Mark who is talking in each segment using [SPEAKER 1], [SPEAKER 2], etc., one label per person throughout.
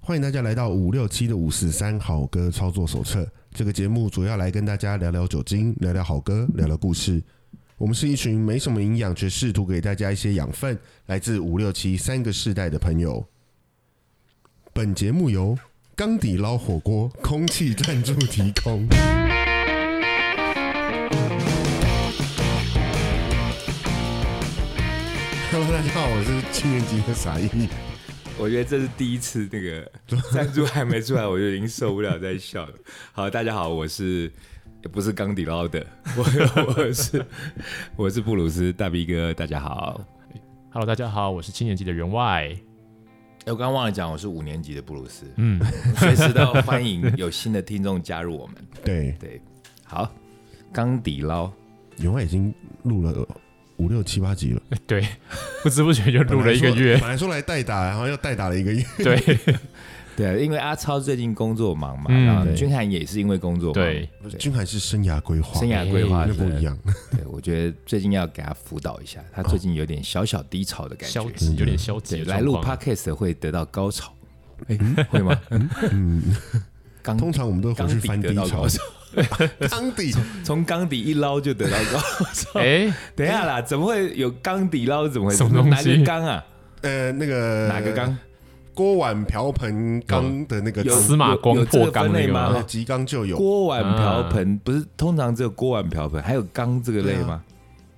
[SPEAKER 1] 欢迎大家来到五六七的五十三好歌操作手册。这个节目主要来跟大家聊聊酒精，聊聊好歌，聊聊故事。我们是一群没什么营养，却试图给大家一些养分，来自五六七三个世代的朋友。本节目由缸底捞火锅空气赞助提供。Hello，大家好，我是七年级的傻一。
[SPEAKER 2] 我觉得这是第一次那 个赞助还没出来，我就已经受不了在笑了。好，大家好，我是不是刚底捞的？我 我是我是布鲁斯大 B 哥，大家好。
[SPEAKER 3] Hello，大家好，我是七年级的员外。
[SPEAKER 2] 哎我刚刚忘了讲，我是五年级的布鲁 斯，
[SPEAKER 3] 嗯，
[SPEAKER 2] 随时都欢迎有新的听众加入我们。
[SPEAKER 1] 对，
[SPEAKER 2] 对，好，刚底捞，
[SPEAKER 1] 员外已经录了五六七八集了，
[SPEAKER 3] 对，不知不觉就 录了一个
[SPEAKER 1] 本来
[SPEAKER 3] 月
[SPEAKER 1] 说。本来说来代打，然后又代打了一个月。
[SPEAKER 3] 对
[SPEAKER 2] 对啊，因为阿超最近工作忙嘛，
[SPEAKER 3] 嗯
[SPEAKER 2] 然后
[SPEAKER 1] 对
[SPEAKER 2] 君涵也是因为工作忙，
[SPEAKER 3] 对，
[SPEAKER 1] 君涵是生涯规划，哎
[SPEAKER 2] 生涯规划
[SPEAKER 1] 那
[SPEAKER 2] 是
[SPEAKER 1] 不一样。
[SPEAKER 2] 对，我觉得最近要给他辅导一下，他最近有点小小低潮的感觉，
[SPEAKER 3] 消极有点消
[SPEAKER 2] 嗯
[SPEAKER 3] 极
[SPEAKER 2] 对，
[SPEAKER 3] 的
[SPEAKER 2] 来
[SPEAKER 3] 状
[SPEAKER 2] 录
[SPEAKER 3] 况。
[SPEAKER 2] podcast 会得到高潮，哎、会 吗？
[SPEAKER 1] 嗯，
[SPEAKER 2] 刚
[SPEAKER 1] 通常我们都回
[SPEAKER 2] 刚
[SPEAKER 1] 去
[SPEAKER 2] 底
[SPEAKER 1] 翻
[SPEAKER 2] 得
[SPEAKER 1] 低
[SPEAKER 2] 到
[SPEAKER 1] 潮
[SPEAKER 2] 高，潮，
[SPEAKER 1] 刚底
[SPEAKER 2] 从缸底一捞就得到 高潮。
[SPEAKER 3] 哎，
[SPEAKER 2] 等一下啦， 怎么会有缸底捞？怎么会
[SPEAKER 3] 什么东西
[SPEAKER 2] 哪个缸啊？
[SPEAKER 1] 呃那个
[SPEAKER 2] 哪个缸？
[SPEAKER 1] 锅碗瓢盆缸的那个
[SPEAKER 2] 有
[SPEAKER 3] 司马光
[SPEAKER 2] 有有这个
[SPEAKER 3] 破缸
[SPEAKER 2] 分
[SPEAKER 3] 那
[SPEAKER 2] 类
[SPEAKER 3] 个
[SPEAKER 2] 吗
[SPEAKER 3] 吗？啊
[SPEAKER 1] 呃吉缸就呃有，
[SPEAKER 2] 锅碗瓢盆不是通常只有锅碗瓢盆，还有缸这个类吗？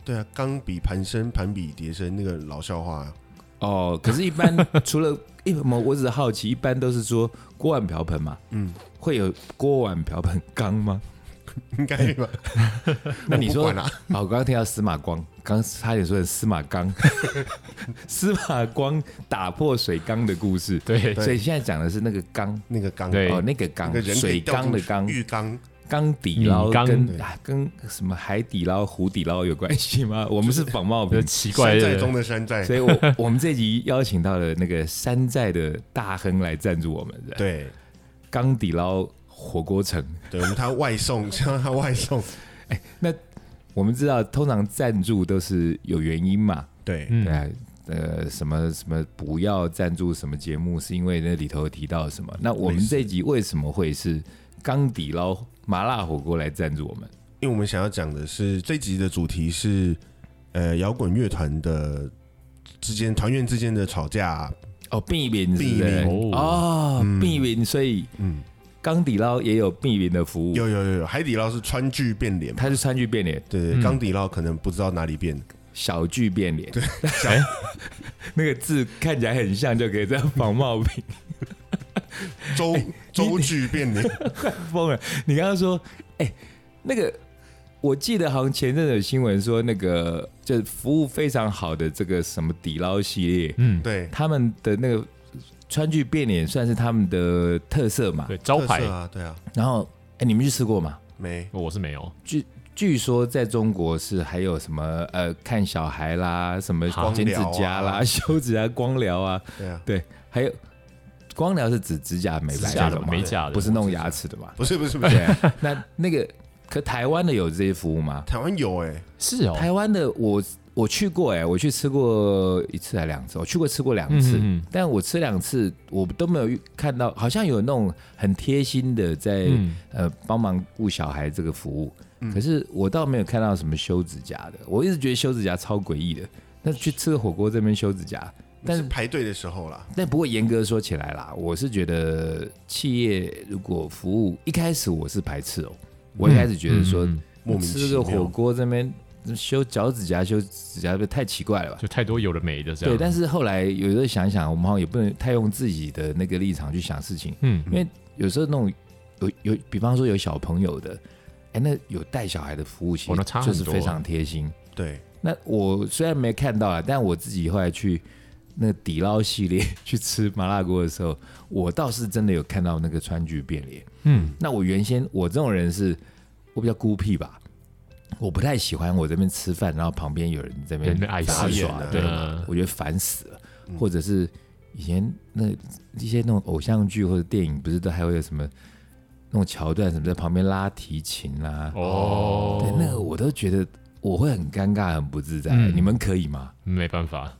[SPEAKER 1] 对啊，缸比盘升，盘比碟升，那个老笑话啊。
[SPEAKER 2] 哦，可是，一 般除了一我我只是好奇，一般都是说锅碗瓢盆嘛，
[SPEAKER 1] 嗯，
[SPEAKER 2] 会有锅碗瓢盆缸吗？
[SPEAKER 1] 应该吧？
[SPEAKER 2] 那你
[SPEAKER 1] 我不
[SPEAKER 2] 说
[SPEAKER 1] 管啦，
[SPEAKER 2] 啊，我刚刚听到司马光，刚差点说成司马缸， 司马光打破水缸的故事。
[SPEAKER 3] 对
[SPEAKER 2] 所以现在讲的是那个缸，
[SPEAKER 1] 那个缸，
[SPEAKER 3] 对
[SPEAKER 2] 哦，那个
[SPEAKER 1] 那
[SPEAKER 2] 缸
[SPEAKER 1] 个，人可以
[SPEAKER 2] 水
[SPEAKER 1] 掉
[SPEAKER 2] 缸的
[SPEAKER 1] 进去
[SPEAKER 2] 缸，
[SPEAKER 1] 浴缸，
[SPEAKER 2] 缸底捞
[SPEAKER 3] 米缸
[SPEAKER 2] 跟
[SPEAKER 1] 对
[SPEAKER 2] 啊跟什么海底捞、湖底捞有关系吗？ 我们是仿冒
[SPEAKER 3] 有
[SPEAKER 2] 品
[SPEAKER 3] 点，奇怪
[SPEAKER 1] 山寨中
[SPEAKER 3] 的。
[SPEAKER 1] 的山寨
[SPEAKER 2] 所。以我我们这集邀请到了那个山寨的大亨来赞助我们的
[SPEAKER 1] 对
[SPEAKER 2] 缸底捞火锅城。
[SPEAKER 1] 对，我们他外送， 像他外送，
[SPEAKER 2] 我们知道，通常赞助都是有原因嘛，
[SPEAKER 1] 对，
[SPEAKER 3] 嗯
[SPEAKER 2] 对，啊，呃，什么什么不要赞助什么节目，是因为那里头提到什么？那我
[SPEAKER 1] 类
[SPEAKER 2] 们
[SPEAKER 1] 似
[SPEAKER 2] 这一集为什么会是缸底捞麻辣火锅来赞助我们？
[SPEAKER 1] 因为我们想要讲的是这集的主题是，呃，摇滚乐团的之间团员之间的吵架，啊
[SPEAKER 2] 哦，避云
[SPEAKER 1] 避
[SPEAKER 3] 孕
[SPEAKER 2] 哦，避云，所以
[SPEAKER 1] 嗯，
[SPEAKER 2] 缸底捞也有避云的服务，
[SPEAKER 1] 有有有有，海底捞是川剧变脸嘛，
[SPEAKER 2] 它是川剧变脸，
[SPEAKER 1] 对对，对缸底捞可能不知道哪里变，
[SPEAKER 2] 小剧变脸， 对，那个字看起来很像，就可以这样仿冒品，
[SPEAKER 1] 周
[SPEAKER 2] 哎
[SPEAKER 1] 周剧变脸，
[SPEAKER 2] 疯了！你刚刚说，哎、那个。我记得好像前阵子有新闻说，那个就是服务非常好的这个什么底捞系列，
[SPEAKER 3] 嗯，
[SPEAKER 1] 对，
[SPEAKER 2] 他们的那个川剧变脸算是他们的特色嘛。
[SPEAKER 3] 对，招牌
[SPEAKER 1] 特色啊，对啊，
[SPEAKER 2] 然后，哎、你们去吃过吗？
[SPEAKER 1] 没，
[SPEAKER 3] 我是没有。
[SPEAKER 2] 据据说在中国是还有什么呃看小孩啦，什么
[SPEAKER 1] 光
[SPEAKER 2] 剪指
[SPEAKER 1] 疗啊
[SPEAKER 2] 甲啦、修指甲、光疗啊，
[SPEAKER 1] 对啊，
[SPEAKER 2] 对，还有光疗是指指甲美
[SPEAKER 3] 指
[SPEAKER 2] 白
[SPEAKER 3] 甲
[SPEAKER 2] 那
[SPEAKER 3] 的
[SPEAKER 2] 种嘛，
[SPEAKER 3] 美甲的
[SPEAKER 2] 不是弄牙齿的嘛？
[SPEAKER 1] 不是不是 不是，
[SPEAKER 2] 对啊，那那个可台湾的有这些服务吗？
[SPEAKER 1] 台湾有哎，
[SPEAKER 3] 是哦，
[SPEAKER 2] 台湾的我我去过哎、我去吃过一次还两次，我去过吃过两次，
[SPEAKER 3] 嗯嗯嗯
[SPEAKER 2] 但我吃两次我都没有遇看到，好像有那种很贴心的在、
[SPEAKER 3] 嗯
[SPEAKER 2] 呃帮忙顾小孩这个服务，可是我倒没有看到什么修指甲的，我一直觉得修指甲超诡异的，那去吃个火锅这边修指甲，但
[SPEAKER 1] 是
[SPEAKER 2] 是
[SPEAKER 1] 排队的时候啦，
[SPEAKER 2] 但不过严格说起来啦，我是觉得企业如果服务一开始我是排斥哦、我一开始觉得说、
[SPEAKER 3] 嗯嗯
[SPEAKER 1] 莫名
[SPEAKER 2] 吃
[SPEAKER 1] 其
[SPEAKER 2] 个火
[SPEAKER 1] 妙，
[SPEAKER 2] 锅这边修脚趾甲、修指甲，太奇怪了吧？
[SPEAKER 3] 就太多有的没的这样。
[SPEAKER 2] 对，但是后来有时候想一想，我们好像也不能太用自己的那个立场去想事情，
[SPEAKER 3] 嗯
[SPEAKER 2] 因为有时候那种有有，比方说有小朋友的，哎，那有带小孩的服务，其
[SPEAKER 3] 哦
[SPEAKER 2] 实
[SPEAKER 3] 那差很
[SPEAKER 2] 就是
[SPEAKER 3] 多
[SPEAKER 2] 非常贴心。
[SPEAKER 1] 对，
[SPEAKER 2] 那我虽然没看到啊，但我自己后来去那个底捞系列 去吃麻辣锅的时候，我倒是真的有看到那个川剧变脸。
[SPEAKER 3] 嗯，
[SPEAKER 2] 那我原先我这种人是，我比较孤僻吧，我不太喜欢我这边吃饭，然后旁边有人这边
[SPEAKER 3] 人在碍
[SPEAKER 2] 杂
[SPEAKER 1] 事
[SPEAKER 2] 耍
[SPEAKER 1] 啊，
[SPEAKER 2] 对
[SPEAKER 3] 嗯，
[SPEAKER 2] 我觉得烦死了。
[SPEAKER 1] 嗯
[SPEAKER 2] 或者是以前那一些那种偶像剧或者电影，不是都还会有什么那种桥段，什么在旁边拉提琴啦、对，
[SPEAKER 3] 哦，
[SPEAKER 2] 那个我都觉得我会很尴尬、很不自在。
[SPEAKER 3] 嗯
[SPEAKER 2] 你们可以吗？
[SPEAKER 3] 没办法，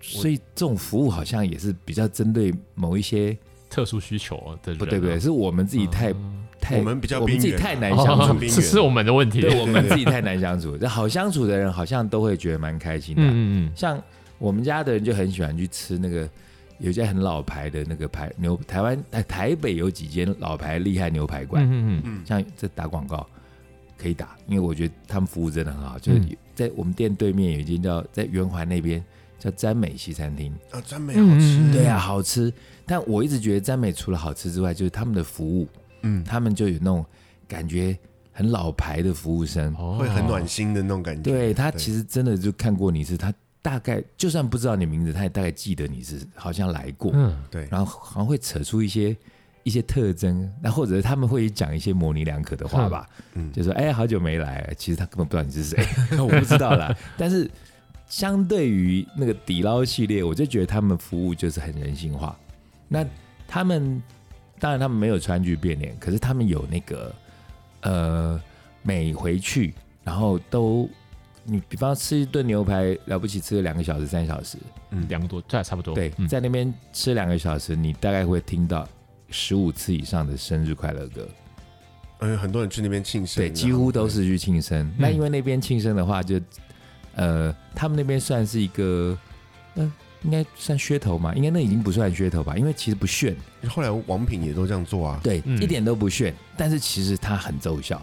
[SPEAKER 2] 所以这种服务好像也是比较针对某一些
[SPEAKER 3] 特殊需求的人、啊，
[SPEAKER 2] 不对不对，是我们自己太
[SPEAKER 3] 嗯
[SPEAKER 2] 太
[SPEAKER 1] 我们比较
[SPEAKER 2] 我们自己
[SPEAKER 1] 边缘啊
[SPEAKER 2] 太难相
[SPEAKER 1] 是
[SPEAKER 3] 哦
[SPEAKER 2] 处，
[SPEAKER 1] 边缘
[SPEAKER 3] 这是我们的问题。
[SPEAKER 2] 对我们自己太难相处。这好相处的人好像都会觉得蛮开心的啊、
[SPEAKER 3] 嗯嗯
[SPEAKER 2] 像我们家的人就很喜欢去吃那个有一家很老牌的那个排牛，台湾台台北有几间老牌厉害牛排
[SPEAKER 3] 嗯
[SPEAKER 2] 馆，
[SPEAKER 3] 嗯嗯，
[SPEAKER 1] 嗯，
[SPEAKER 2] 像这打广告可以打，因为我觉得他们服务真的很好。就是
[SPEAKER 3] 嗯
[SPEAKER 2] 在我们店对面有一间叫在圆环那边叫詹美西餐厅，
[SPEAKER 1] 啊，真美好吃，
[SPEAKER 3] 嗯
[SPEAKER 2] 对啊，好吃。但我一直觉得詹美除了好吃之外，就是他们的服务，
[SPEAKER 1] 嗯，
[SPEAKER 2] 他们就有那种感觉很老牌的服务生。
[SPEAKER 3] 哦
[SPEAKER 1] 嗯会很暖心的那种感觉。
[SPEAKER 2] 对他其实真的就看过你一次，他大概就算不知道你名字，他也大概记得你是好像来过，
[SPEAKER 3] 嗯，
[SPEAKER 1] 对，
[SPEAKER 2] 然后好像会扯出一些一些特征，那或者他们会讲一些模棱两可的话吧，
[SPEAKER 1] 嗯
[SPEAKER 2] 就说哎、好久没来了，其实他根本不知道你是谁， 我不知道啦。但是相对于那个底捞系列，我就觉得他们服务就是很人性化。那他们当然他们没有川剧变脸，可是他们有那个呃，每回去然后都。你比方吃一顿牛排，了不起吃个两个小时、三小时，
[SPEAKER 3] 两个多，这还差不多。
[SPEAKER 2] 对，
[SPEAKER 3] 嗯
[SPEAKER 2] 在那边吃两个小时，你大概会听到十五次以上的生日快乐歌，
[SPEAKER 1] 因为很多人去那边庆生，啊
[SPEAKER 2] 对，几乎都是去庆生。那因为那边庆生的话就，呃，他们那边算是一个，呃，应该算噱头嘛？应该那已经不算噱头吧？因为其实不炫，
[SPEAKER 1] 然后。后来王品也都这样做啊，
[SPEAKER 2] 对，
[SPEAKER 3] 嗯
[SPEAKER 2] 一点都不炫，但是其实它很奏效，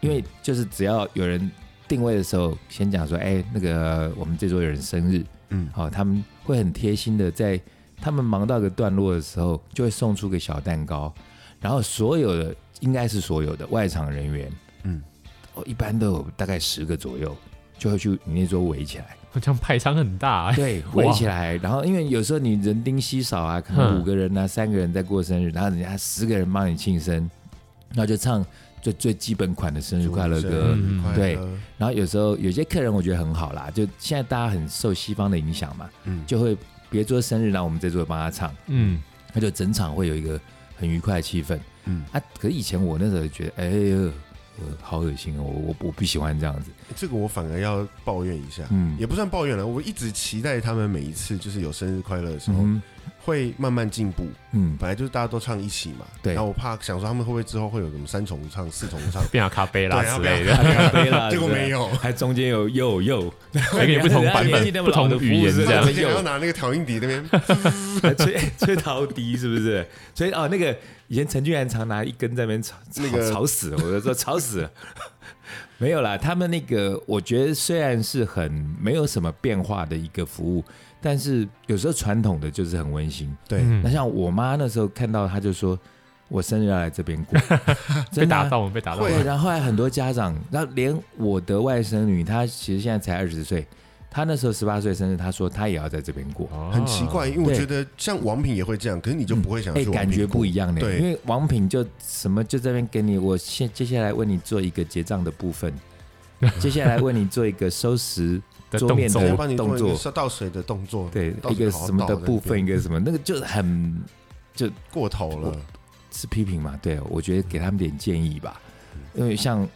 [SPEAKER 2] 因为就是只要有人定位的时候，先讲说，哎、那个我们这桌有人生日，
[SPEAKER 1] 嗯，
[SPEAKER 2] 好、他们会很贴心的在他们忙到一个段落的时候，就会送出个小蛋糕，然后所有的应该是所有的外场人员，
[SPEAKER 1] 嗯，
[SPEAKER 2] 哦，一般都有大概十个左右，就会去你那桌围起来，
[SPEAKER 3] 这样排场很
[SPEAKER 1] 哎
[SPEAKER 3] 大、欸。
[SPEAKER 2] 对，
[SPEAKER 3] 哇
[SPEAKER 2] 围起来，然后因为有时候你人丁稀少啊，可能
[SPEAKER 3] 嗯
[SPEAKER 2] 五个人啊、三个人在过生日，然后人家十个人帮你庆生，然后就唱最最基本款的生日快乐歌，
[SPEAKER 3] 嗯
[SPEAKER 1] 生日快乐
[SPEAKER 2] 对，然后有时候有些客人我觉得很好啦，就现在大家很受西方的影响嘛，
[SPEAKER 1] 嗯，
[SPEAKER 2] 就会别桌生日，然后我们这桌帮他唱，
[SPEAKER 3] 嗯，，
[SPEAKER 2] 他就整场会有一个很愉快的气氛。
[SPEAKER 1] 嗯
[SPEAKER 2] 啊，可是以前我那时候觉得，哎呦，呃好恶心哦，我我我不喜欢这样子。
[SPEAKER 1] 这个我反而要抱怨一下，
[SPEAKER 2] 嗯，
[SPEAKER 1] 也不算抱怨了，我一直期待他们每一次就是有生日快乐的时候，
[SPEAKER 2] 嗯
[SPEAKER 1] 会慢慢进步。
[SPEAKER 2] 嗯，
[SPEAKER 1] 本来就是大家都唱一起嘛，
[SPEAKER 2] 对
[SPEAKER 1] 然后我怕想说他们会不会之后会有什么三重唱、四重 唱
[SPEAKER 3] 变成咖啡啦
[SPEAKER 1] 对啊
[SPEAKER 3] 之类的，
[SPEAKER 2] 咖啡 啦
[SPEAKER 1] 结果没，有，
[SPEAKER 2] 还中间有又又，
[SPEAKER 3] 还给你不同 版本、不同语言
[SPEAKER 2] 是
[SPEAKER 3] 这
[SPEAKER 1] 然
[SPEAKER 3] 样
[SPEAKER 1] 后
[SPEAKER 2] 对。
[SPEAKER 1] 直 接还要拿那个调音笛那 边，
[SPEAKER 2] 吹 吹陶笛是不是？所以哦，那个以前陈俊然常拿一根在那边吵吵、
[SPEAKER 1] 那个
[SPEAKER 2] 吵死了，我就说吵死了。 没有啦，他们那个我觉得虽然是很没有什么变化的一个服务，但是有时候传统的就是很温馨。
[SPEAKER 1] 对，
[SPEAKER 2] 那
[SPEAKER 3] 嗯，
[SPEAKER 2] 像我妈那时候看到，她就说：“我生日要来这边过。 真的啊”
[SPEAKER 3] 被打到，我们被打到。
[SPEAKER 2] 对，然后后来很多家长，然后连我的外甥女，她其实现在才二十岁，她那时候十八岁生日，她说她也要在这边过。
[SPEAKER 3] 哦
[SPEAKER 1] 很奇怪，因为我
[SPEAKER 2] 对
[SPEAKER 1] 觉得像王品也会这样，可是你就不会想要
[SPEAKER 2] 哎、
[SPEAKER 1] 去王品、
[SPEAKER 2] 感觉不一
[SPEAKER 1] 样，
[SPEAKER 2] 样呢。
[SPEAKER 1] 对
[SPEAKER 2] 因为王品就什么就这边给你，我现接下来为你做一个结账的部分，接下来为你做一个收拾，
[SPEAKER 3] 的
[SPEAKER 2] 桌面
[SPEAKER 3] 动
[SPEAKER 1] 想
[SPEAKER 2] 的
[SPEAKER 3] 作
[SPEAKER 1] 要哎帮你做一
[SPEAKER 2] 动
[SPEAKER 1] 个
[SPEAKER 2] 作
[SPEAKER 1] 是倒水的动作，
[SPEAKER 2] 对
[SPEAKER 1] 倒
[SPEAKER 2] 一
[SPEAKER 1] 水
[SPEAKER 2] 个
[SPEAKER 1] 好好
[SPEAKER 2] 什么的
[SPEAKER 1] 倒在那
[SPEAKER 2] 部分，
[SPEAKER 1] 边
[SPEAKER 2] 一个什么，那个就很
[SPEAKER 1] 过头了，
[SPEAKER 2] 是批评嘛。对，我觉得给他们点建议吧，因为像。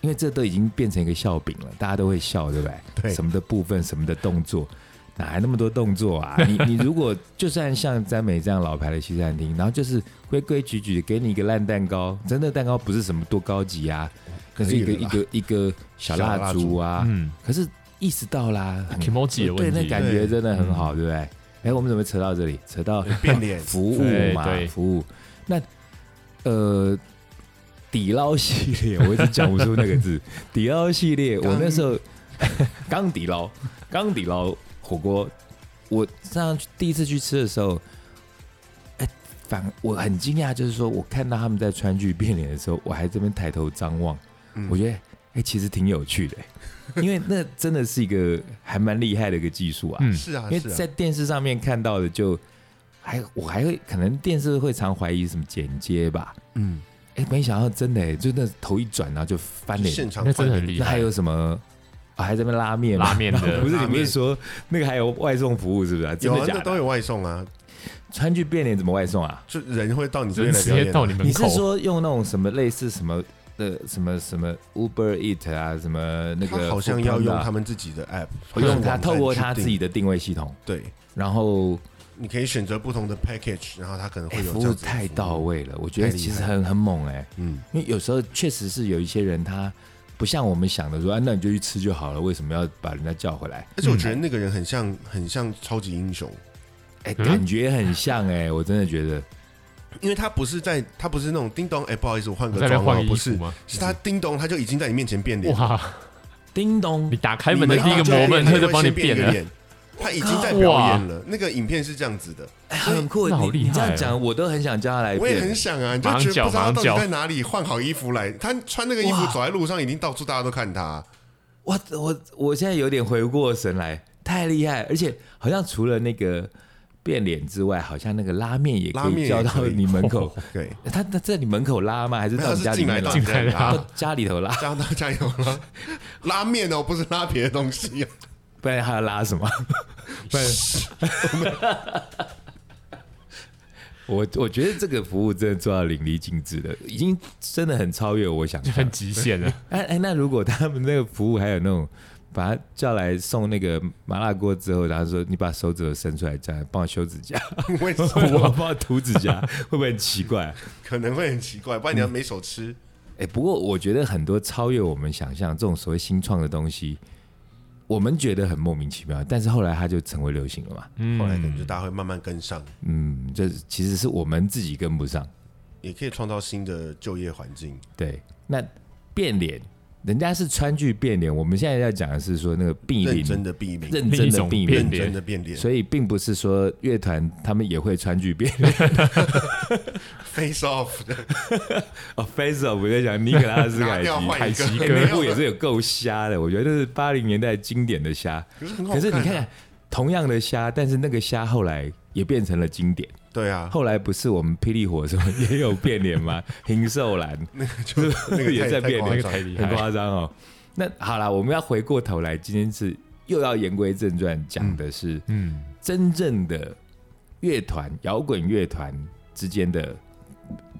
[SPEAKER 2] 因为这都已经变成一个笑柄了，大家都会笑，对不对？
[SPEAKER 1] 对
[SPEAKER 2] 什么的部分，什么的动作，哪来那么多动作啊？你你如果就算像詹美这样老牌的西餐厅，然后就是规规矩矩的给你一个烂蛋糕，真的蛋糕不是什么多高级啊，可是一个
[SPEAKER 1] 可以
[SPEAKER 2] 一
[SPEAKER 1] 了啦
[SPEAKER 2] 个一个小蜡烛啊，
[SPEAKER 3] 嗯
[SPEAKER 2] 可是意识到啦很
[SPEAKER 3] Kimoji 的问
[SPEAKER 2] 嗯对，
[SPEAKER 3] 题
[SPEAKER 2] 那感觉真的很好，对不对？哎，我们怎么扯到这里？扯到
[SPEAKER 1] 变脸
[SPEAKER 2] 服务嘛
[SPEAKER 3] 对对，
[SPEAKER 2] 服务。那呃，底捞系列，我一直讲不出那个字。底捞系列，我那时候刚底捞，刚底捞火锅，我上去第一次去吃的时候，哎，反我很惊讶，就是说我看到他们在川剧变脸的时候，我还这边抬头张望，
[SPEAKER 1] 嗯
[SPEAKER 2] 我觉得哎，其实挺有趣的，因为那真的是一个还蛮厉害的一个技术啊。
[SPEAKER 3] 嗯，
[SPEAKER 1] 是啊，
[SPEAKER 2] 因为
[SPEAKER 1] 是啊
[SPEAKER 2] 在电视上面看到的就还我还会可能电视会常怀疑什么剪接吧，
[SPEAKER 1] 嗯，
[SPEAKER 2] 哎，没想到真的哎，就那头一转然后就翻脸
[SPEAKER 1] 现，场
[SPEAKER 3] 那真的
[SPEAKER 1] 换
[SPEAKER 3] 很厉
[SPEAKER 2] 那还
[SPEAKER 3] 害。
[SPEAKER 2] 有什么、啊还在那边拉面吗
[SPEAKER 3] 拉面的
[SPEAKER 2] 不是你
[SPEAKER 1] 拉面
[SPEAKER 2] 不是说那个还有外送服务是不是啊？真
[SPEAKER 1] 有
[SPEAKER 2] 的
[SPEAKER 1] 啊，
[SPEAKER 2] 假
[SPEAKER 1] 那都
[SPEAKER 2] 的？
[SPEAKER 1] 有外送啊，
[SPEAKER 2] 川剧变脸怎么外送啊？
[SPEAKER 1] 就人会到你这
[SPEAKER 3] 人
[SPEAKER 1] 边来
[SPEAKER 3] 直
[SPEAKER 1] 表
[SPEAKER 3] 接
[SPEAKER 1] 演
[SPEAKER 3] 到
[SPEAKER 1] 啊，
[SPEAKER 3] 你门
[SPEAKER 2] 你
[SPEAKER 3] 口
[SPEAKER 2] 是，说用那种什么类似什么呃什么什么 Uber Eat 啊什么那
[SPEAKER 1] 他
[SPEAKER 2] 个
[SPEAKER 1] 好像要
[SPEAKER 2] Foodpanda
[SPEAKER 1] 用他们自己的 app，
[SPEAKER 2] 用它透过
[SPEAKER 1] 他
[SPEAKER 2] 他自己的定位系统，
[SPEAKER 1] 对，
[SPEAKER 2] 然后
[SPEAKER 1] 你可以选择不同的 package，然后它可
[SPEAKER 3] 哎
[SPEAKER 1] 能会有
[SPEAKER 2] 哎服
[SPEAKER 1] 这样
[SPEAKER 2] 务
[SPEAKER 1] 子的
[SPEAKER 2] 太
[SPEAKER 1] 服务
[SPEAKER 2] 到，位了，我觉得
[SPEAKER 1] 太厉
[SPEAKER 2] 其实
[SPEAKER 1] 害
[SPEAKER 2] 很很猛哎、
[SPEAKER 1] 嗯，
[SPEAKER 2] 因为有时候确实是有一些人他不像我们想的说，啊，那你就去吃就好了，为什么要把人家叫回来？
[SPEAKER 1] 而且我觉得那个人很像很像超级英雄，
[SPEAKER 2] 哎、
[SPEAKER 3] 嗯
[SPEAKER 2] 感觉很像哎、我真的觉得
[SPEAKER 1] 因为他不是在他不是那种叮咚，哎，不好意思，我换
[SPEAKER 3] 我
[SPEAKER 1] 个
[SPEAKER 3] 在那
[SPEAKER 1] 妆
[SPEAKER 3] 换
[SPEAKER 1] 了，
[SPEAKER 3] 个衣
[SPEAKER 1] 不
[SPEAKER 3] 服
[SPEAKER 1] 是，
[SPEAKER 3] 吗？
[SPEAKER 1] 是他叮咚，他就已经在你面前变脸，
[SPEAKER 3] 哇，
[SPEAKER 2] 叮咚
[SPEAKER 3] 你，打开门的第一个
[SPEAKER 1] 你们啊
[SPEAKER 3] moment，
[SPEAKER 1] 他
[SPEAKER 3] 他
[SPEAKER 1] 就
[SPEAKER 3] 就
[SPEAKER 1] 会
[SPEAKER 3] 帮你
[SPEAKER 1] 先变
[SPEAKER 3] 变
[SPEAKER 1] 一个
[SPEAKER 3] 了，
[SPEAKER 1] 脸，他已经在表演了。那个影片是这样子的，
[SPEAKER 2] 哎、很酷，
[SPEAKER 3] 那好
[SPEAKER 2] 你
[SPEAKER 3] 厉
[SPEAKER 2] 你这
[SPEAKER 3] 害
[SPEAKER 2] 样
[SPEAKER 3] 啊
[SPEAKER 2] 讲，我都很想叫他来
[SPEAKER 1] 我也很
[SPEAKER 2] 变
[SPEAKER 1] 想啊，你就
[SPEAKER 3] 马上
[SPEAKER 1] 觉得不知道他
[SPEAKER 3] 叫马上
[SPEAKER 1] 到
[SPEAKER 3] 叫
[SPEAKER 1] 底在哪里换好衣服来。他穿那个衣服
[SPEAKER 2] 哇
[SPEAKER 1] 走在路上，已经到处大家都看他。
[SPEAKER 2] 我我我现在有点回过神来，太厉害！而且好像除了那个变脸之外，好像那个拉面也
[SPEAKER 1] 拉
[SPEAKER 2] 可
[SPEAKER 1] 面也
[SPEAKER 2] 以叫到
[SPEAKER 1] 可以
[SPEAKER 2] 你门口。 哎
[SPEAKER 1] 对，
[SPEAKER 2] 他他在你门口拉吗？还是
[SPEAKER 1] 没
[SPEAKER 2] 到
[SPEAKER 1] 有
[SPEAKER 2] 你
[SPEAKER 1] 是
[SPEAKER 2] 家里
[SPEAKER 1] 进来
[SPEAKER 2] 面拉？
[SPEAKER 1] 到
[SPEAKER 3] 进来
[SPEAKER 1] 拉
[SPEAKER 2] 到 家里头拉，
[SPEAKER 1] 加到加油 了，拉面哦，不是拉别的东西哦。
[SPEAKER 2] 不然他要拉 什么？不然， 我我觉得这个服务真的做到淋漓尽致了，已经真的很超越我想
[SPEAKER 3] 就
[SPEAKER 2] 象
[SPEAKER 3] 很。极限了。
[SPEAKER 2] 哎哎，那如果他们那个服务还有那种把他叫来送那个麻辣锅之后，然后说你把手指头伸出来，这样帮我修指 甲，
[SPEAKER 1] 为什
[SPEAKER 2] 我
[SPEAKER 1] 么？
[SPEAKER 2] 帮我涂指甲，会不会很奇怪？
[SPEAKER 1] 可能会很奇怪，不然你要没手吃。
[SPEAKER 2] 哎，不过我觉得很多超越我们想象这种所谓新创的东西，我们觉得很莫名其妙，但是后来它就成为流行了嘛。
[SPEAKER 1] 后来可能
[SPEAKER 3] 嗯，
[SPEAKER 1] 就大家会慢慢跟上，
[SPEAKER 2] 嗯，这其实是我们自己跟不上。
[SPEAKER 1] 也可以创造新的就业环境。
[SPEAKER 2] 对，那变脸，人家是川剧变脸，我们现在要讲的是说那个避
[SPEAKER 1] 认
[SPEAKER 2] 脸，
[SPEAKER 1] 真的避免，
[SPEAKER 2] 认真的避
[SPEAKER 3] 另
[SPEAKER 1] 认
[SPEAKER 2] 脸
[SPEAKER 3] 一种。
[SPEAKER 1] 真的变脸，
[SPEAKER 2] 所以并不是说乐团他们也会川剧变脸
[SPEAKER 1] face off 的
[SPEAKER 2] 哦。Face off，我在讲尼可拉斯凯
[SPEAKER 1] 拿
[SPEAKER 2] 奇，
[SPEAKER 1] 掉换
[SPEAKER 2] 凯
[SPEAKER 1] 一个
[SPEAKER 2] 奇
[SPEAKER 1] 没
[SPEAKER 2] 哥
[SPEAKER 1] 有
[SPEAKER 2] 那部也是有够瞎的，我觉得这是八零年代经典的瞎。
[SPEAKER 1] 可是很好
[SPEAKER 2] 可是你
[SPEAKER 1] 啊
[SPEAKER 2] 看，同样的虾，但是那个虾后来也变成了经典。
[SPEAKER 1] 对 啊，
[SPEAKER 2] 后来不是我们霹雳火什么也有变 脸吗？hình寿兰
[SPEAKER 1] 那个就那个
[SPEAKER 2] 也
[SPEAKER 1] 太
[SPEAKER 2] 在
[SPEAKER 1] 太
[SPEAKER 2] 变
[SPEAKER 1] 夸
[SPEAKER 2] 脸，
[SPEAKER 1] 张
[SPEAKER 3] 太厉
[SPEAKER 2] 很
[SPEAKER 3] 害
[SPEAKER 2] 夸张哦。那好啦，我们要回过头来，今天是又要言归正传，讲的是
[SPEAKER 3] 嗯，
[SPEAKER 2] 真正的乐团、摇滚乐团之间的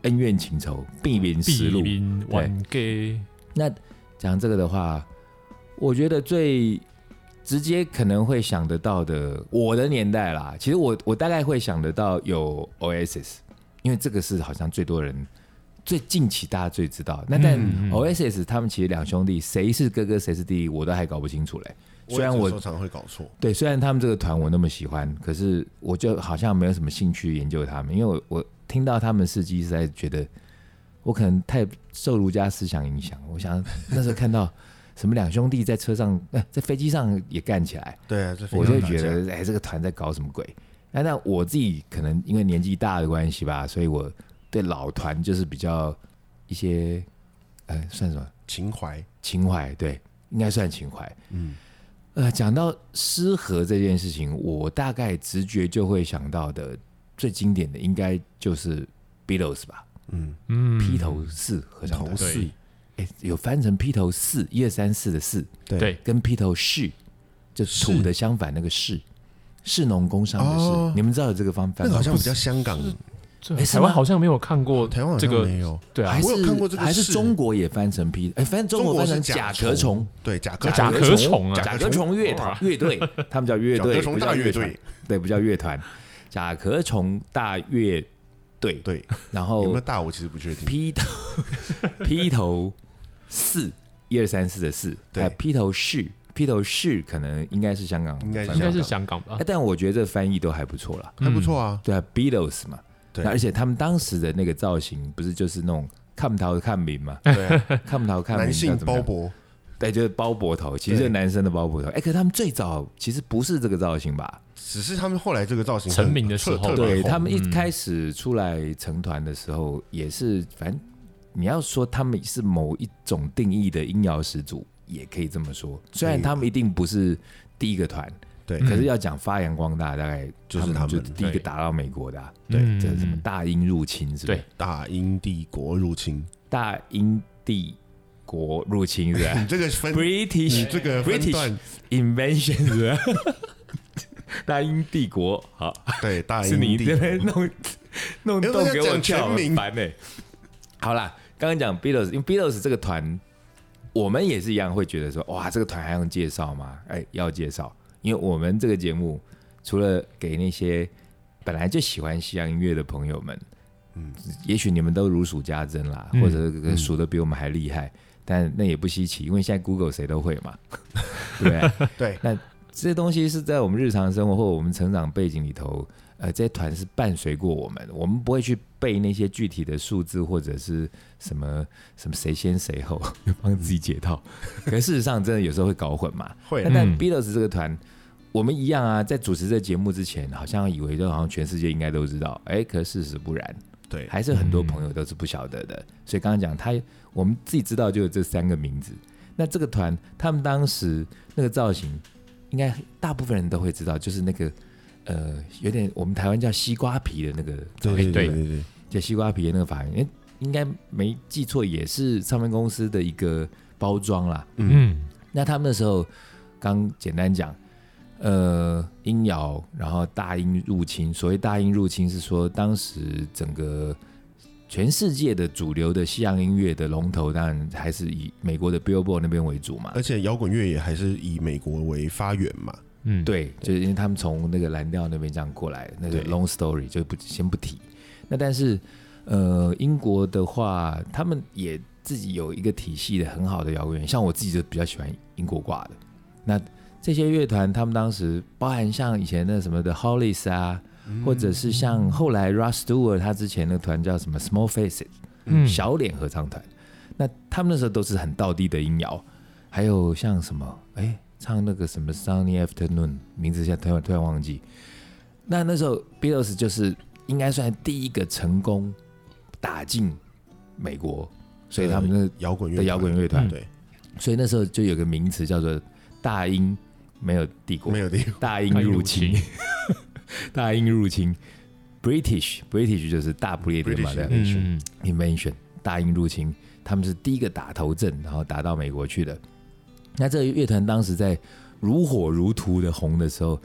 [SPEAKER 2] 恩怨情仇、避名实
[SPEAKER 3] 避
[SPEAKER 2] 录。
[SPEAKER 3] 兵玩 gay，
[SPEAKER 2] 那讲这个的话，我觉得最直接可能会想得到的，我的年代啦，其实我我大概会想得到有 Oasis，因为这个是好像最多人最近期大家最知道。那但
[SPEAKER 3] 嗯嗯
[SPEAKER 2] Oasis 他们其实两兄弟，谁是哥哥谁是弟弟，我都还搞不清楚嘞。虽然
[SPEAKER 1] 我有
[SPEAKER 2] 我
[SPEAKER 1] 时候常常会搞错，
[SPEAKER 2] 对，虽然他们这个团我那么喜欢，可是我就好像没有什么兴趣研究他们，因为我我听到他们事迹，实在觉得我可能太受儒家思想影响。我想那时候看到什么两兄弟在车上、呃在飞机上也干起来，
[SPEAKER 1] 对啊，这非
[SPEAKER 2] 我
[SPEAKER 1] 常
[SPEAKER 2] 就
[SPEAKER 1] 打
[SPEAKER 2] 觉
[SPEAKER 1] 架
[SPEAKER 2] 得哎，这个团在搞什么鬼？那那我自己可能因为年纪大的关系吧，所以我对老团就是比较一些呃算什么
[SPEAKER 1] 情怀，
[SPEAKER 2] 情怀，对，应该算情怀。
[SPEAKER 1] 嗯，
[SPEAKER 2] 呃，讲到失和这件事情，我大概直觉就会想到的最经典的应该就是 Beatles 吧，
[SPEAKER 1] 嗯，
[SPEAKER 3] 嗯，
[SPEAKER 2] 披头士合唱团
[SPEAKER 1] 头。士
[SPEAKER 3] 对
[SPEAKER 2] 哎，有翻成披头四，一二三四的四，
[SPEAKER 3] 对，
[SPEAKER 2] 跟披头士就土的相反那个士，士农工商的士，
[SPEAKER 1] 哦
[SPEAKER 2] 你们知道有这个方法
[SPEAKER 1] 那
[SPEAKER 2] 吗？
[SPEAKER 1] 个好像比较香港，
[SPEAKER 3] 这
[SPEAKER 2] 哎是
[SPEAKER 3] 台湾
[SPEAKER 2] 吗
[SPEAKER 3] 好像没有看过
[SPEAKER 1] 台湾好
[SPEAKER 3] 这
[SPEAKER 1] 像
[SPEAKER 3] 个，
[SPEAKER 1] 没有，
[SPEAKER 3] 对啊
[SPEAKER 2] 还，
[SPEAKER 1] 我有
[SPEAKER 2] 是
[SPEAKER 1] 看过这个
[SPEAKER 2] 还是
[SPEAKER 1] 士
[SPEAKER 2] 中国也翻成披，哎，翻中国
[SPEAKER 1] 国
[SPEAKER 2] 翻
[SPEAKER 1] 是
[SPEAKER 2] 成
[SPEAKER 1] 甲
[SPEAKER 2] 壳虫，，
[SPEAKER 1] 对，甲壳
[SPEAKER 3] 甲甲壳虫啊
[SPEAKER 2] 甲壳虫乐团
[SPEAKER 3] 哇
[SPEAKER 2] 乐 队，他们叫乐
[SPEAKER 1] 甲
[SPEAKER 2] 队，
[SPEAKER 1] 壳虫
[SPEAKER 2] 不叫
[SPEAKER 1] 大乐
[SPEAKER 2] 团
[SPEAKER 1] 队，
[SPEAKER 2] 对，不叫乐团，甲壳虫大乐队，
[SPEAKER 1] 对，
[SPEAKER 2] 然
[SPEAKER 1] 有没有
[SPEAKER 2] 后
[SPEAKER 1] 大我其实不确定，
[SPEAKER 2] 披头 披头四一二三四的四，
[SPEAKER 1] 对
[SPEAKER 2] 还有披头士披头士可能应该是香港翻
[SPEAKER 1] 应
[SPEAKER 2] 版，
[SPEAKER 1] 该是
[SPEAKER 3] 应该是香港吧
[SPEAKER 2] 哎，？但我觉得这翻译都还不错啦，
[SPEAKER 1] 还不错啊，
[SPEAKER 2] 对啊，Beatles 嘛，
[SPEAKER 1] 对
[SPEAKER 2] 那而且他们当时的那个造型不是就是那种看头看明嘛，
[SPEAKER 1] 对啊，
[SPEAKER 2] 看不头看明
[SPEAKER 1] 男性
[SPEAKER 2] 要怎么
[SPEAKER 1] 包
[SPEAKER 2] 样
[SPEAKER 1] 勃，
[SPEAKER 2] 对，哎就是包脖头，其实
[SPEAKER 1] 对
[SPEAKER 2] 就是男生的包脖头。哎、可他们最早其实不是这个造型吧？
[SPEAKER 1] 只是他们后来这个造型
[SPEAKER 3] 成
[SPEAKER 1] 很
[SPEAKER 3] 名的时
[SPEAKER 1] 哎特
[SPEAKER 3] 候
[SPEAKER 1] 特别
[SPEAKER 2] 对
[SPEAKER 1] 红嗯
[SPEAKER 2] 他们一开始出来成团的时候，也是反正你要说他们是某一种定义的阴爻始祖，也可以这么说。虽然他们一定不是第一个团，
[SPEAKER 1] 对嗯
[SPEAKER 2] 可是要讲发扬光大，大概
[SPEAKER 1] 就是
[SPEAKER 2] 他
[SPEAKER 1] 他们
[SPEAKER 2] 就是第一个
[SPEAKER 3] 对
[SPEAKER 2] 打到美国的、啊，
[SPEAKER 1] 对
[SPEAKER 3] 嗯
[SPEAKER 2] 这什么大英入侵是不是？
[SPEAKER 3] 对
[SPEAKER 1] 大英帝国入侵，
[SPEAKER 2] 大英帝国入侵是不
[SPEAKER 1] 你
[SPEAKER 2] 是
[SPEAKER 1] 这个分，你
[SPEAKER 2] British
[SPEAKER 1] 这个分
[SPEAKER 2] British
[SPEAKER 1] 段，
[SPEAKER 2] invention 是不是？ 大英帝国好，
[SPEAKER 1] 对，大
[SPEAKER 2] 是
[SPEAKER 1] 英
[SPEAKER 2] 你
[SPEAKER 1] 帝
[SPEAKER 2] 这
[SPEAKER 1] 国，
[SPEAKER 2] 边弄弄
[SPEAKER 1] 哎我
[SPEAKER 2] 洞
[SPEAKER 1] 在
[SPEAKER 2] 给我
[SPEAKER 1] 讲
[SPEAKER 2] 跳，
[SPEAKER 1] 全
[SPEAKER 2] 很
[SPEAKER 1] 名
[SPEAKER 2] 烦呢。欸好啦，刚刚讲 Beatles，因为 Beatles 这个团，我们也是一样会觉得说，哇，这个团还用介绍吗？哎，要介绍，因为我们这个节目除了给那些本来就喜欢西洋音乐的朋友们，嗯，也许你们都如数家珍啦，或者数的比我们还厉害，但那也不稀奇，因为现在 Google 谁都会嘛，对不对？
[SPEAKER 1] 对，
[SPEAKER 2] 这些东西是在我们日常生活或我们成长背景里头，呃，这些团是伴随过我们，我们不会去背那些具体的数字或者是什么什么谁先谁后， 帮自己解套。可事实上，真的有时候会搞混嘛。
[SPEAKER 1] 会
[SPEAKER 2] 那但
[SPEAKER 3] 嗯
[SPEAKER 2] Beatles 这个团，我们一样啊，在主持这节目之前，好像以为就好像全世界应该都知道，哎、可事实不然，
[SPEAKER 1] 对，嗯
[SPEAKER 2] 还是很多朋友都是不晓得的。所以刚刚讲他，我们自己知道就有这三个名字。那这个团，他们当时那个造型，应该大部分人都会知道，就是那个呃，有点我们台湾叫西瓜皮的那个
[SPEAKER 1] 对对对
[SPEAKER 3] 对
[SPEAKER 1] 对对，
[SPEAKER 2] 就西瓜皮的那个发型，哎应该没记错，也是唱片公司的一个包装啦。
[SPEAKER 1] 嗯，
[SPEAKER 3] 嗯，
[SPEAKER 2] 那他们那时候刚简单讲，呃，音摇，然后大音入侵。所谓大音入侵，是说当时整个全世界的主流的西洋音乐的龙头，当然还是以美国的 Billboard 那边为主嘛。
[SPEAKER 1] 而且摇滚乐也还是以美国为发源嘛，
[SPEAKER 3] 嗯，
[SPEAKER 2] 对，就是因为他们从那个蓝调那边这样过来，那个
[SPEAKER 1] 对
[SPEAKER 2] long story 就不先不提。那但是，呃，英国的话，他们也自己有一个体系的很好的摇滚乐，像我自己就比较喜欢英国挂的。那这些乐团，他们当时包含像以前那什么的 Hollies 啊，或者是像后来 Russ Stewart 他之前那个团叫什么 Small Faces，
[SPEAKER 3] 嗯
[SPEAKER 2] 小脸合唱团。那他们那时候都是很道地的音摇，还有像什么，哎、唱那个什么 Sunny Afternoon，名字现在突然突然忘记。那那时候 Beatles 就是应该算第一个成功打进美国，所以他们那
[SPEAKER 1] 呃摇滚乐
[SPEAKER 2] 的摇滚乐团，
[SPEAKER 3] 嗯
[SPEAKER 1] 对，
[SPEAKER 2] 所以那时候就有个名词叫做大英没有帝国
[SPEAKER 1] 没，有的，
[SPEAKER 2] 大英入侵， 大英入侵，British British 就是大不列颠嘛
[SPEAKER 1] British，
[SPEAKER 2] 对吧
[SPEAKER 3] 嗯，
[SPEAKER 2] invention 大英入侵，他们是第一个打头阵，然后打到美国去的。那这个乐团当时在如火如荼的红的时候，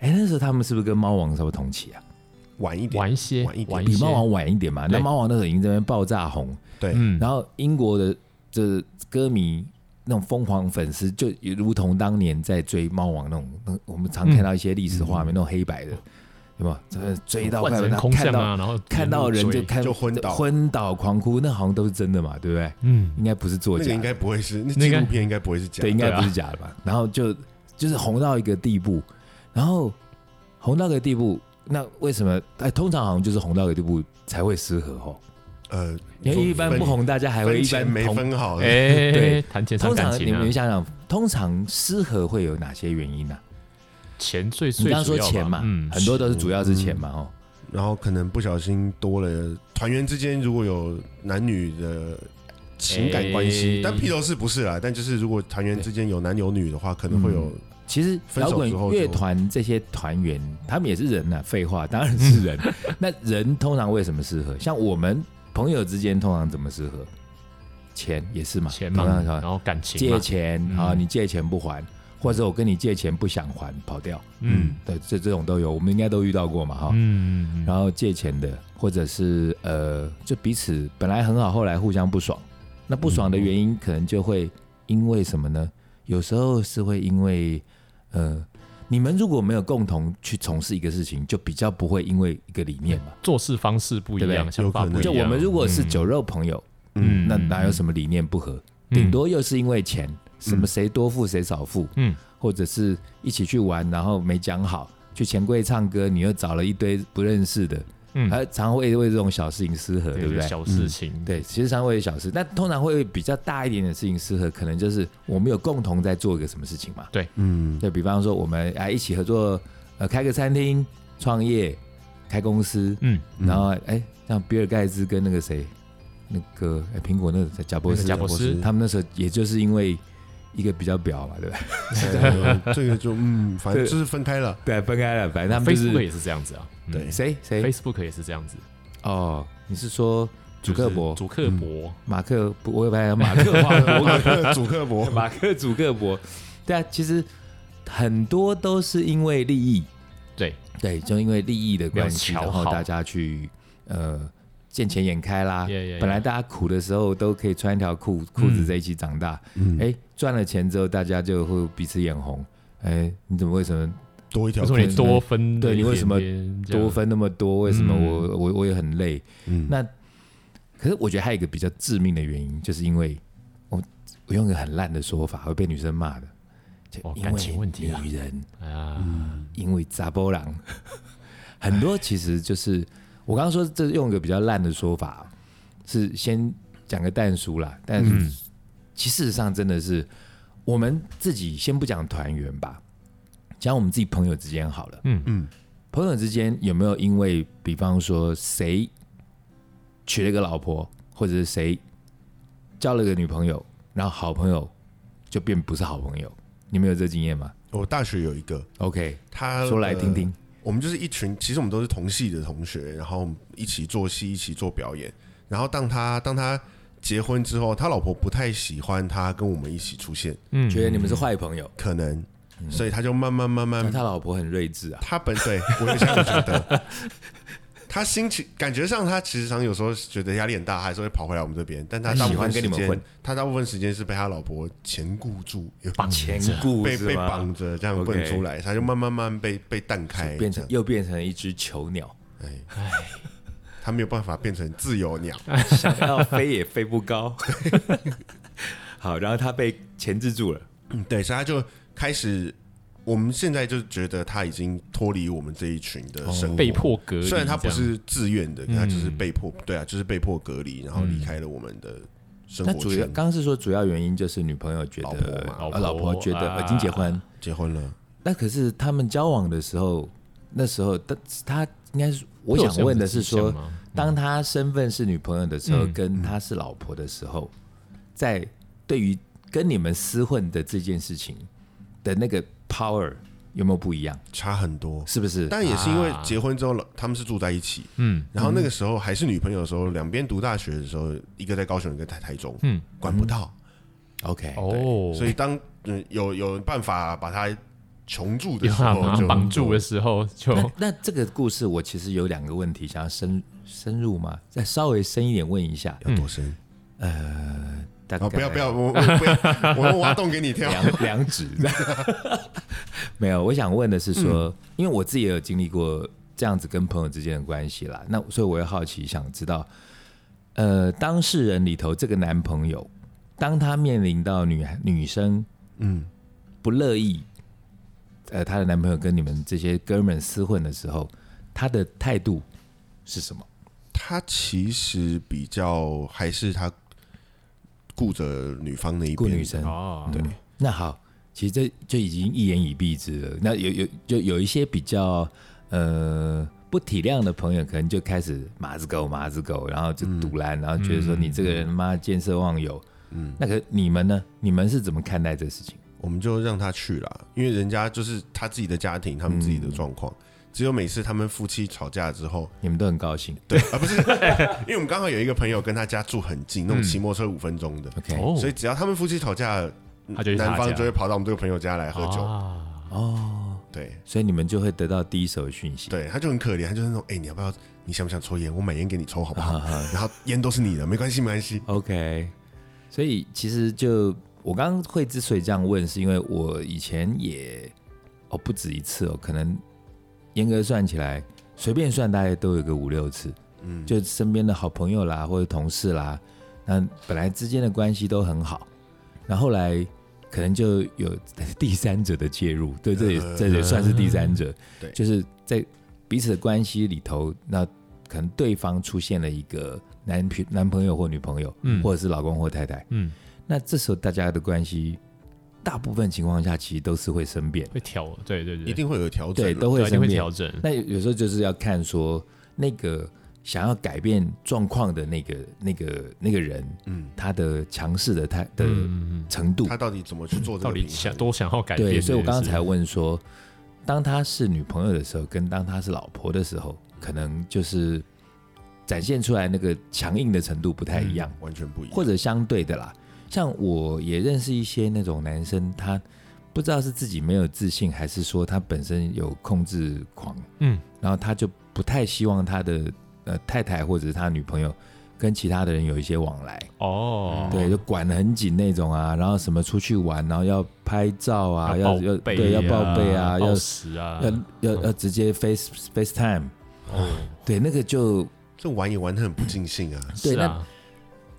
[SPEAKER 2] 哎、那时候他们是不是跟猫王稍微同期啊？
[SPEAKER 1] 晚一点，
[SPEAKER 3] 玩一些，
[SPEAKER 1] 晚一点
[SPEAKER 3] 玩一
[SPEAKER 2] 比
[SPEAKER 3] 些
[SPEAKER 2] 猫，王晚一点嘛。那
[SPEAKER 3] 对
[SPEAKER 2] 猫王那时候已经在那边爆炸红，
[SPEAKER 1] 对，
[SPEAKER 3] 嗯，
[SPEAKER 2] 然后英国的这歌迷那种疯狂粉丝，就如同当年在追猫王那种，那我们常看到一些历史画面，那种黑白的，有没有？真的追到快
[SPEAKER 3] 嗯换成
[SPEAKER 2] 把它
[SPEAKER 3] 空
[SPEAKER 2] 看
[SPEAKER 3] 巷
[SPEAKER 2] 到
[SPEAKER 3] 啊，然后
[SPEAKER 2] 看到人就
[SPEAKER 3] 追
[SPEAKER 2] 看
[SPEAKER 1] 就昏倒
[SPEAKER 2] 昏倒狂哭，那好像都是真的嘛，对不对？
[SPEAKER 3] 嗯，
[SPEAKER 2] 应该不是作
[SPEAKER 1] 那个
[SPEAKER 2] 假的，
[SPEAKER 1] 应该不会是，那
[SPEAKER 3] 那
[SPEAKER 1] 纪
[SPEAKER 3] 应该
[SPEAKER 1] 录片应该不会是假的，
[SPEAKER 2] 对，应该
[SPEAKER 3] 对啊
[SPEAKER 2] 不是假的吧？然后就就是红到一个地步，然后红到一个地步，那为什么？哎，通常好像就是红到一个地步才会失和哦，
[SPEAKER 1] 呃，
[SPEAKER 2] 因为一般不红，大家还
[SPEAKER 1] 分，分
[SPEAKER 2] 会一般
[SPEAKER 1] 钱没
[SPEAKER 2] 同
[SPEAKER 1] 分好，
[SPEAKER 3] 哎，
[SPEAKER 2] 对
[SPEAKER 3] 谈钱伤
[SPEAKER 2] 通
[SPEAKER 3] 感
[SPEAKER 2] 常你
[SPEAKER 3] 情啊
[SPEAKER 2] 们，想想，通常失和会有哪些原因呢、
[SPEAKER 3] 钱最
[SPEAKER 2] 你
[SPEAKER 3] 最
[SPEAKER 2] 刚刚说
[SPEAKER 3] 主要
[SPEAKER 2] 钱嘛
[SPEAKER 3] 吧，嗯，
[SPEAKER 2] 很多都是主要是钱嘛，哦，
[SPEAKER 1] 然后可能不小心多了团员之间如果有男女的情感关系，
[SPEAKER 3] 哎
[SPEAKER 1] 但披头士不是啦，但就是如果团员之间有男有女的话，可能会有
[SPEAKER 2] 其实
[SPEAKER 1] 分
[SPEAKER 2] 摇
[SPEAKER 1] 手
[SPEAKER 2] 滚
[SPEAKER 1] 之后就
[SPEAKER 2] 乐团这些团员，他们也是人呐、啊废话，当然是人。那人通常为什么适合？像我们朋友之间通常怎么适合？钱也是嘛，
[SPEAKER 3] 钱
[SPEAKER 2] 同
[SPEAKER 3] 嘛，
[SPEAKER 2] 样
[SPEAKER 3] 然后感情嘛
[SPEAKER 2] 借，钱
[SPEAKER 3] 嗯
[SPEAKER 2] 啊，你借钱不还，或者我跟你借钱不想还跑掉，
[SPEAKER 3] 嗯
[SPEAKER 2] 对，这这种都有，我们应该都遇到过嘛哈。
[SPEAKER 3] 嗯，
[SPEAKER 2] 然后借钱的，或者是呃，就彼此本来很好，后来互相不爽。那不
[SPEAKER 3] 嗯
[SPEAKER 2] 爽的原因可能就会因为什么呢？有时候是会因为呃，你们如果没有共同去从事一个事情，就比较不会因为一个理念嘛。
[SPEAKER 3] 做事方式不一
[SPEAKER 2] 对不
[SPEAKER 3] 样，
[SPEAKER 2] 对
[SPEAKER 3] 想法不一样，
[SPEAKER 2] 就我们如果是酒肉朋友，
[SPEAKER 3] 嗯，嗯，
[SPEAKER 2] 那哪有什么理念不合？
[SPEAKER 3] 嗯
[SPEAKER 2] 顶多又是因为钱，什么谁多付谁少付，
[SPEAKER 3] 嗯
[SPEAKER 2] 或者是一起去玩然后没讲好，去钱柜唱歌，你又找了一堆不认识的，
[SPEAKER 3] 嗯，
[SPEAKER 2] 还哎常会为这种小事情失和，对不
[SPEAKER 3] 就
[SPEAKER 2] 对？
[SPEAKER 3] 是小事情，
[SPEAKER 2] 对，其实常会有小事，但通常会比较大一点的事情失和，可能就是我们有共同在做一个什么事情嘛。
[SPEAKER 1] 嗯
[SPEAKER 2] 对比方说，我们啊一起合作，呃，开个餐厅、创业、开公司，
[SPEAKER 3] 嗯，
[SPEAKER 1] 嗯
[SPEAKER 2] 然后哎，像比尔盖茨跟那个谁，那个哎苹果那个贾博士，
[SPEAKER 3] 贾博士
[SPEAKER 2] 他们那时候也就是因为一个比较表嘛，对 吧？
[SPEAKER 1] 呃这个就 嗯，反正就是分开了，
[SPEAKER 2] 对，分开了，反正他们就
[SPEAKER 3] Facebook
[SPEAKER 2] 是
[SPEAKER 3] 也是这样子啊，嗯
[SPEAKER 1] 对
[SPEAKER 2] 谁谁
[SPEAKER 3] ，Facebook 也是这样子，
[SPEAKER 2] 哦，你是说祖克伯
[SPEAKER 3] 就是、祖克伯，
[SPEAKER 2] 马克？我也不要马 克华伯格。
[SPEAKER 1] 主客博
[SPEAKER 2] 马克·祖克伯，对啊，其实很多都是因为利益，
[SPEAKER 3] 对，
[SPEAKER 2] 对，就因为利益的关系，
[SPEAKER 3] 没有
[SPEAKER 2] 然
[SPEAKER 3] 瞧好
[SPEAKER 2] 后大家去呃见钱眼开啦。
[SPEAKER 3] Yeah, yeah, yeah
[SPEAKER 2] 嗯本来大家苦的时候都可以穿一条
[SPEAKER 3] 嗯
[SPEAKER 2] 裤裤子在一起 长大，哎、
[SPEAKER 1] 嗯
[SPEAKER 2] 赚了钱之后大家就会彼此眼红。哎，你怎么为什么
[SPEAKER 1] 多一条
[SPEAKER 3] 为什么
[SPEAKER 1] 裤
[SPEAKER 3] 你
[SPEAKER 1] 子，
[SPEAKER 3] 多分
[SPEAKER 2] 对
[SPEAKER 3] 了
[SPEAKER 2] 你
[SPEAKER 3] 一
[SPEAKER 2] 为
[SPEAKER 3] 点
[SPEAKER 2] 什么
[SPEAKER 3] 点这样
[SPEAKER 2] 多分那么多，为什么我、我我也很累？
[SPEAKER 1] 嗯，
[SPEAKER 2] 那可是我觉得还有一个比较致命的原因，就是因为我我用一个很烂的说法会被女生骂的，就
[SPEAKER 3] 哦
[SPEAKER 2] 因
[SPEAKER 3] 感情
[SPEAKER 2] 为
[SPEAKER 3] 问题啊
[SPEAKER 2] 女人
[SPEAKER 1] 嗯
[SPEAKER 3] 啊？
[SPEAKER 2] 因为杂波狼， 很多其实就是我刚刚说这用一个比较烂的说法，是先讲个淡叔啦，但是
[SPEAKER 1] 嗯
[SPEAKER 2] 其实事实上真的是我们自己先不讲团圆吧，讲我们自己朋友之间好了。
[SPEAKER 3] 嗯
[SPEAKER 1] 嗯
[SPEAKER 2] 朋友之间有没有因为，比方说谁娶了一个老婆，或者是谁交了个女朋友，然后好朋友就变不是好朋友？你们有这经验吗
[SPEAKER 1] 我大学有一个，
[SPEAKER 2] ？OK，
[SPEAKER 1] 他
[SPEAKER 2] 说来听。
[SPEAKER 1] 呃
[SPEAKER 2] 听。
[SPEAKER 1] 我们就是一群，其实我们都是同系的同学，然后一起做戏，一起做表演。然后当他当他结婚之后，他老婆不太喜欢他跟我们一起出现，
[SPEAKER 3] 嗯，
[SPEAKER 2] 觉得你们是坏朋友，
[SPEAKER 1] 可能，所以他就慢慢慢慢
[SPEAKER 2] 但，嗯他老婆很睿智啊。
[SPEAKER 1] 他本对我也这样觉得。 他心情感觉上，他其实常有时候觉得压力很大，还是会跑回来我们这边。但他
[SPEAKER 2] 他
[SPEAKER 1] 大
[SPEAKER 2] 喜
[SPEAKER 1] 部
[SPEAKER 2] 欢
[SPEAKER 1] 分时
[SPEAKER 2] 跟你们
[SPEAKER 1] 间
[SPEAKER 2] 混，
[SPEAKER 1] 他大部分时间是被他老婆前顾住，
[SPEAKER 3] 绑
[SPEAKER 2] 前
[SPEAKER 3] 着
[SPEAKER 2] 顾
[SPEAKER 1] 被
[SPEAKER 2] 是
[SPEAKER 1] 被
[SPEAKER 2] 吗
[SPEAKER 1] 绑着，这样不能
[SPEAKER 2] OK
[SPEAKER 1] 出来，他就慢慢慢慢被被淡开，
[SPEAKER 2] 变
[SPEAKER 1] 这
[SPEAKER 2] 成
[SPEAKER 1] 样
[SPEAKER 2] 又变成一只囚鸟，
[SPEAKER 1] 哎， 他没有办法变成自由鸟。
[SPEAKER 2] 想要飞也飞不高。好，然后他被钳制住了。
[SPEAKER 1] 嗯，对，所以他就开始，我们现在就觉得他已经脱离我们这一群的生活，嗯
[SPEAKER 3] 哦被迫隔离，
[SPEAKER 1] 虽然他不
[SPEAKER 3] 这样
[SPEAKER 1] 是自愿的，他就是被迫，对啊，就是被迫隔离，然后离开了我们的生
[SPEAKER 2] 那
[SPEAKER 1] 活
[SPEAKER 2] 主要
[SPEAKER 1] 圈
[SPEAKER 2] 刚，刚是说主要原因就是女朋友觉
[SPEAKER 1] 老
[SPEAKER 2] 得
[SPEAKER 1] 婆嘛
[SPEAKER 2] 呃
[SPEAKER 3] 老
[SPEAKER 2] 老婆
[SPEAKER 3] 婆
[SPEAKER 2] 觉得
[SPEAKER 3] 啊
[SPEAKER 2] 已经结婚，
[SPEAKER 1] 结婚了，
[SPEAKER 2] 那可是他们交往的时候，那时候他他应该是我想问的是
[SPEAKER 3] 会有
[SPEAKER 2] 说
[SPEAKER 3] 这样的迹，象吗
[SPEAKER 2] 当他身份是女朋友的时候，
[SPEAKER 3] 嗯
[SPEAKER 2] 跟他是老婆的时候，在对于跟你们厮混的这件事情的那个 power 有没有不一样？
[SPEAKER 1] 差很多。
[SPEAKER 2] 是不是？
[SPEAKER 1] 但也是因为
[SPEAKER 3] 啊
[SPEAKER 1] 结婚之后，他们是住在一起，
[SPEAKER 3] 嗯
[SPEAKER 1] 然后那个时候还是女朋友的时候，两边读大学的时候，一个在高雄，一个在台中，
[SPEAKER 3] 嗯
[SPEAKER 1] 管不到，
[SPEAKER 2] OK，
[SPEAKER 3] 哦，
[SPEAKER 1] 所以当嗯有有办法把他穷住的
[SPEAKER 3] 有
[SPEAKER 1] 时
[SPEAKER 3] 办法
[SPEAKER 1] 候
[SPEAKER 3] 把，他
[SPEAKER 1] 就
[SPEAKER 3] 绑住的时候就
[SPEAKER 2] 那那这个故事我其实有两个问题想要深深入嘛，再稍微深一点问一下，
[SPEAKER 1] 要多深。
[SPEAKER 2] 大概、
[SPEAKER 1] 啊，不要不要，我我不要， 我们挖洞给你跳。哦
[SPEAKER 2] 两两指。 没有，我想问的是说，因为我自己也有经历过这样子跟朋友之间的关系啦，那所以我也好奇想知道，呃，当事人里头这个男朋友，当他面临到女孩女生
[SPEAKER 1] 嗯，
[SPEAKER 2] 不乐意，呃，她的男朋友跟你们这些哥们厮混的时候，他的态度是什么？
[SPEAKER 1] 他其实比较还是他顾着女方那一
[SPEAKER 2] 顾女
[SPEAKER 1] 边，
[SPEAKER 2] 生
[SPEAKER 3] 哦，
[SPEAKER 1] 对，
[SPEAKER 2] 那好，其实这就已经一言以蔽之了。那有有就有一些比较呃不体谅的朋友，可能就开始马子狗马子狗，然后就堵拦，然后觉得说你这个人妈见色忘友。嗯，那可你们呢？你们是怎么看待这事情？
[SPEAKER 1] 我们就让他去啦，因为人家就是他自己的家庭，他们自己的状况。
[SPEAKER 2] 嗯
[SPEAKER 1] 只有每次他们夫妻吵架之后，
[SPEAKER 2] 你们都很高兴
[SPEAKER 1] 对，啊不是，因为我们刚好有一个朋友跟他家住很近，
[SPEAKER 2] 嗯
[SPEAKER 1] 那种骑摩托车五分钟的，
[SPEAKER 2] ，OK？
[SPEAKER 3] 哦，
[SPEAKER 1] 所以只要他们夫妻吵架，
[SPEAKER 3] 他就去他
[SPEAKER 1] 男方
[SPEAKER 3] 家
[SPEAKER 1] 就会跑到我们这个朋友家来喝酒。
[SPEAKER 3] 啊
[SPEAKER 2] 哦，
[SPEAKER 1] 对，
[SPEAKER 2] 所以你们就会得到第一手的讯息。
[SPEAKER 1] 对，他就很可怜，他就是那种，哎、你要不要？你想不想抽烟？我买烟给你抽，好不好？
[SPEAKER 2] 啊哈
[SPEAKER 1] 然后烟都是你的，没关系，没关系。
[SPEAKER 2] OK，所以其实就我刚刚会之所以这样问，是因为我以前也哦不止一次哦，可能严格算起来，随便算大概都有个五六次，
[SPEAKER 1] 嗯，
[SPEAKER 2] 就身边的好朋友啦或者同事啦，那本来之间的关系都很好，然后后来可能就有第三者的介入，对，这也
[SPEAKER 1] 呃
[SPEAKER 2] 这也算是第三者，
[SPEAKER 1] 对
[SPEAKER 2] 就是在彼此的关系里头，那可能对方出现了一个男朋男朋友或女朋友，
[SPEAKER 3] 嗯
[SPEAKER 2] 或者是老公或太太，
[SPEAKER 3] 嗯，
[SPEAKER 2] 那这时候大家的关系，大部分情况下其实都是会生变，
[SPEAKER 3] 会调，对对对，
[SPEAKER 1] 一定会有调整
[SPEAKER 2] 对，
[SPEAKER 1] 啦，
[SPEAKER 2] 都会
[SPEAKER 3] 对一定
[SPEAKER 2] 生
[SPEAKER 3] 会
[SPEAKER 2] 变，
[SPEAKER 3] 调整，
[SPEAKER 2] 那有时候就是要看说那个想要改变状况的那个、那个、那个人，
[SPEAKER 1] 嗯，
[SPEAKER 2] 他的强势的态的
[SPEAKER 3] 嗯，嗯
[SPEAKER 2] 程度。
[SPEAKER 1] 他到底怎么去做这
[SPEAKER 3] 到
[SPEAKER 1] 个平
[SPEAKER 3] 底
[SPEAKER 1] 衡？
[SPEAKER 3] 想多想要改变这
[SPEAKER 2] 对，
[SPEAKER 3] 件事，
[SPEAKER 2] 所以我刚刚才问说，当她是女朋友的时候，跟当她是老婆的时候，可能就是展现出来那个强硬的程度不太一样，
[SPEAKER 1] 完全不一样，
[SPEAKER 2] 或者相对的啦。像我也认识一些那种男生，他不知道是自己没有自信，还是说他本身有控制狂，
[SPEAKER 3] 嗯
[SPEAKER 2] 然后他就不太希望他的呃太太或者是他女朋友跟其他的人有一些往来，
[SPEAKER 3] 哦，
[SPEAKER 1] 嗯
[SPEAKER 2] 对，就管得很紧那种啊。然后什么出去玩，然后要拍照啊，要
[SPEAKER 3] 要
[SPEAKER 2] 要
[SPEAKER 3] 报备
[SPEAKER 2] 对，要报备啊，
[SPEAKER 3] 啊，
[SPEAKER 2] 要
[SPEAKER 3] 报时啊，
[SPEAKER 2] 要要要直接 Face FaceTime，
[SPEAKER 3] 哦，
[SPEAKER 2] 对，那个就
[SPEAKER 1] 这玩也玩得很不尽兴啊。
[SPEAKER 2] 啊对
[SPEAKER 3] 是啊，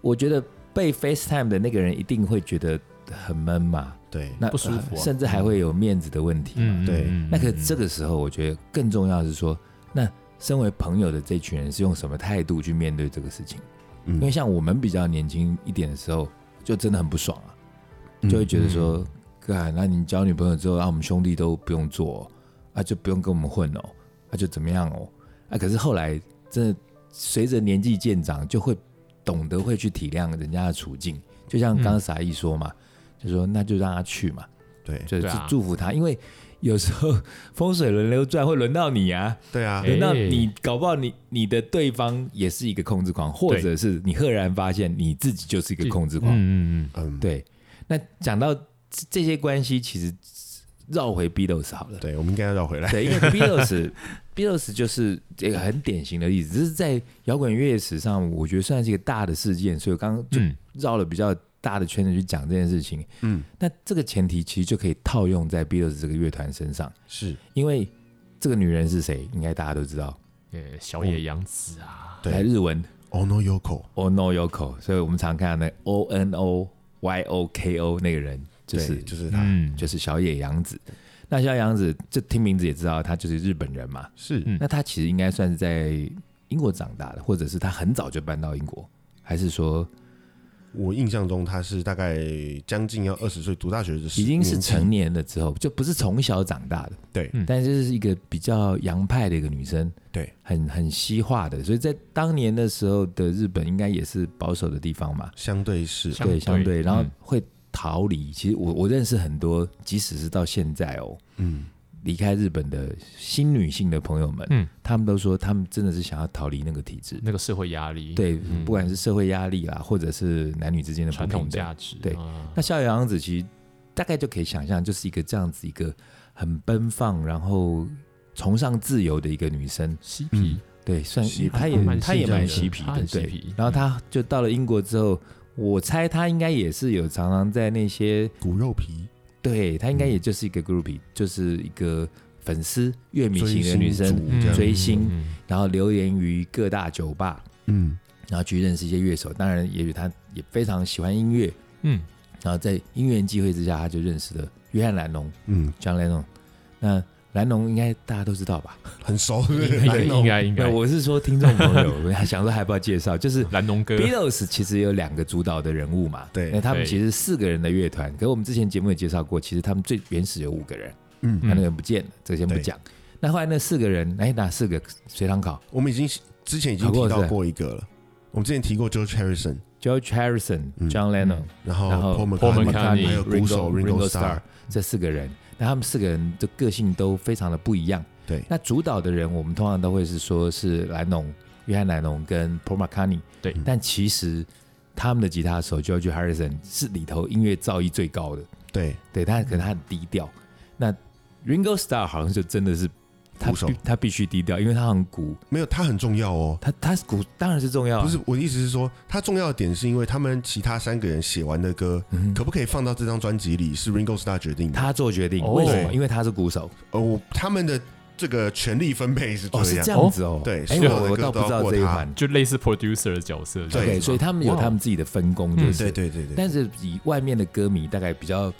[SPEAKER 2] 我觉得被 FaceTime 的那个人一定会觉得很闷嘛，
[SPEAKER 1] 对，
[SPEAKER 2] 那呃
[SPEAKER 3] 不舒服啊
[SPEAKER 2] 甚至还会有面子的问题。
[SPEAKER 3] 嗯，
[SPEAKER 1] 对
[SPEAKER 3] 嗯
[SPEAKER 2] 那可这个时候，我觉得更重要的是说，那身为朋友的这群人是用什么态度去面对这个事情？
[SPEAKER 1] 嗯
[SPEAKER 2] 因为像我们比较年轻一点的时候，就真的很不爽啊，就会觉得说，干、那你交女朋友之后，啊，我们兄弟都不用做、哦，啊，就不用跟我们混哦，啊，就怎么样哦，啊，可是后来真的随着年纪渐长，就会懂得会去体谅人家的处境，就像
[SPEAKER 3] 嗯
[SPEAKER 2] 刚刚傻一说嘛，就说那就让他去嘛，
[SPEAKER 1] 对
[SPEAKER 2] 就是
[SPEAKER 3] 对啊
[SPEAKER 2] 祝福他，因为有时候风水轮流转会轮到你啊，
[SPEAKER 1] 对啊，
[SPEAKER 3] 哎
[SPEAKER 2] 轮到你，搞不好你你的对方也是一个控制狂，或者是你赫然发现你自己就是一个控制
[SPEAKER 3] 嗯
[SPEAKER 2] 狂。
[SPEAKER 3] 嗯嗯，
[SPEAKER 1] 嗯，
[SPEAKER 2] 对，那讲到这这些关系，其实绕回 Beatles 好了。
[SPEAKER 1] 对，我们应该要绕回来。
[SPEAKER 2] 对，因为 Beatles，Beatles 就是这个很典型的例子，这是在摇滚乐史上，我觉得算是一个大的事件，所以我刚刚就
[SPEAKER 3] 嗯
[SPEAKER 2] 绕了比较大的圈子去讲这件事情。
[SPEAKER 1] 嗯，
[SPEAKER 2] 那这个前提其实就可以套用在 Beatles 这个乐团身上，
[SPEAKER 1] 是，
[SPEAKER 2] 因为这个女人是谁，应该大家都知道，
[SPEAKER 3] 呃，小野洋子啊，
[SPEAKER 1] 对
[SPEAKER 2] 来日文
[SPEAKER 1] ，Ono Yoko，
[SPEAKER 2] Ono Yoko，所以我们常看到那 O N O Y O K O 那个人就
[SPEAKER 1] 对，
[SPEAKER 2] 是
[SPEAKER 1] 就是他，
[SPEAKER 3] 嗯，
[SPEAKER 2] 就是小野洋子。那小野洋子，这听名字也知道，她就是日本人嘛。
[SPEAKER 1] 是
[SPEAKER 3] 嗯
[SPEAKER 2] 那他其实应该算是在英国长大的，或者是他很早就搬到英国，还是说
[SPEAKER 1] 我印象中他是大概将近要二十岁读大学的时，
[SPEAKER 2] 已经是
[SPEAKER 1] 年纪
[SPEAKER 2] 成年了之后，就不是从小长大的？
[SPEAKER 1] 对
[SPEAKER 3] 嗯
[SPEAKER 2] 但是是一个比较洋派的一个女生，
[SPEAKER 1] 对，
[SPEAKER 2] 很很西化的，所以在当年的时候的日本应该也是保守的地方嘛，
[SPEAKER 1] 相对是，
[SPEAKER 3] 相
[SPEAKER 2] 对，
[SPEAKER 3] 对
[SPEAKER 2] 相对，然后
[SPEAKER 3] 嗯
[SPEAKER 2] 会逃离。其实我我认识很多，即使是到现在哦，
[SPEAKER 1] 嗯，
[SPEAKER 2] 离开日本的新女性的朋友们，
[SPEAKER 3] 嗯
[SPEAKER 2] 他们都说他们真的是想要逃离那个体制，
[SPEAKER 3] 那个社会压力，，
[SPEAKER 2] 对，
[SPEAKER 3] 嗯
[SPEAKER 2] 不管是社会压力啦，或者是男女之间的不
[SPEAKER 3] 传
[SPEAKER 2] 平
[SPEAKER 3] 统
[SPEAKER 2] 等。
[SPEAKER 3] 价值，
[SPEAKER 2] 对
[SPEAKER 3] 啊
[SPEAKER 2] 那逍遥王子其实大概就可以想象，就是一个这样子一个很奔放，然后崇尚自由的一个女生。
[SPEAKER 3] 嬉皮，
[SPEAKER 2] 对，算
[SPEAKER 1] 嬉皮
[SPEAKER 2] 她
[SPEAKER 3] 她
[SPEAKER 2] 也
[SPEAKER 3] 蛮
[SPEAKER 2] 她也
[SPEAKER 3] 嬉皮
[SPEAKER 2] 蛮嬉皮
[SPEAKER 3] 的她
[SPEAKER 2] 的，
[SPEAKER 3] 很嬉
[SPEAKER 2] 对
[SPEAKER 3] 皮。
[SPEAKER 2] 然后她就到了英国之后，我猜她应该也是有常常在那些，
[SPEAKER 1] 骨肉皮，
[SPEAKER 2] 对她应该也就是一个 groupie，就是一个粉丝乐迷
[SPEAKER 1] 追
[SPEAKER 2] 型的
[SPEAKER 1] 星
[SPEAKER 2] 女
[SPEAKER 1] 族
[SPEAKER 2] 生，
[SPEAKER 1] 这样
[SPEAKER 2] 追星
[SPEAKER 3] 嗯，嗯
[SPEAKER 2] 然后流连于各大酒吧，
[SPEAKER 1] 嗯，
[SPEAKER 2] 然后去认识一些乐手。当然，也许他也非常喜欢音乐，
[SPEAKER 3] 嗯，
[SPEAKER 2] 然后在因缘机会之下，他就认识了约翰·兰农
[SPEAKER 1] 嗯，
[SPEAKER 2] （John Lennon）。那兰农应该大家都知道吧？
[SPEAKER 1] 很 熟，
[SPEAKER 3] 应该应该应
[SPEAKER 2] 那
[SPEAKER 3] 该，
[SPEAKER 2] 我是说听众朋友，我还想说还不要介 绍，就是
[SPEAKER 3] 蓝农哥，
[SPEAKER 2] Beatles 其实有两个主导的人物嘛，
[SPEAKER 1] 对
[SPEAKER 2] 那他们
[SPEAKER 3] 对
[SPEAKER 2] 其实是四个人的乐团，可是我们之前节目也介绍过，其实他们最原始有五个人，
[SPEAKER 1] 嗯
[SPEAKER 2] 那那个人不见了，这个先不讲。那后来那四个人，哎，哪四个随堂考
[SPEAKER 1] 我们已经之前已经
[SPEAKER 2] 啊
[SPEAKER 1] 提到过一个了，我们之前提过 George Harrison，
[SPEAKER 2] ？George Harrison、
[SPEAKER 1] 嗯
[SPEAKER 2] John Lennon，、
[SPEAKER 3] 嗯
[SPEAKER 1] 然后
[SPEAKER 2] 然后
[SPEAKER 1] Paul
[SPEAKER 3] Paul
[SPEAKER 1] McCartney，
[SPEAKER 3] McCartney，
[SPEAKER 1] 还有鼓手 Ringo
[SPEAKER 2] Starr
[SPEAKER 1] Starr，
[SPEAKER 2] 这四个人，那他们四个人的个性都非常的不一样。
[SPEAKER 1] 对
[SPEAKER 2] 那主导的人我们通常都会是说是兰农、约翰·兰农跟 Paul McCartney，
[SPEAKER 3] 对
[SPEAKER 2] 但其实他们的吉他手 George Harrison 是里头音乐造诣最高的，
[SPEAKER 1] 对，
[SPEAKER 2] 对，但可能他很低调。那 Ringo Starr 好像就真的是他
[SPEAKER 1] 鼓手
[SPEAKER 2] 必他必须低调，因为他很鼓，
[SPEAKER 1] 没有他很重要哦。
[SPEAKER 2] 他他鼓当然是重要、啊，
[SPEAKER 1] 不是我的意思是说，他重要的点是因为他们其他三个人写完的歌，
[SPEAKER 2] 嗯哼
[SPEAKER 1] 可不可以放到这张专辑里，是 Ringo Starr 决定的。
[SPEAKER 2] 他做决定，
[SPEAKER 3] 哦
[SPEAKER 2] 为什么？
[SPEAKER 1] 对
[SPEAKER 2] 因为他是鼓手。
[SPEAKER 1] 呃，我他们的这个权力分配是
[SPEAKER 2] 哦，
[SPEAKER 1] 这
[SPEAKER 2] 是
[SPEAKER 1] 样，
[SPEAKER 2] 这样子哦，
[SPEAKER 1] 对
[SPEAKER 2] 哎，
[SPEAKER 1] 所有的
[SPEAKER 2] 我我
[SPEAKER 1] 歌都
[SPEAKER 2] 倒不
[SPEAKER 1] 要
[SPEAKER 2] 知道
[SPEAKER 1] 过
[SPEAKER 2] 这一
[SPEAKER 1] 他
[SPEAKER 2] 环，
[SPEAKER 3] 就类似 producer 的角色这样，
[SPEAKER 1] 对
[SPEAKER 2] OK，所以他们有
[SPEAKER 3] 哇
[SPEAKER 2] 他们自己的分工，就
[SPEAKER 3] 嗯
[SPEAKER 2] 是、
[SPEAKER 1] 对对对对，
[SPEAKER 2] 但是以外面的歌迷大概比较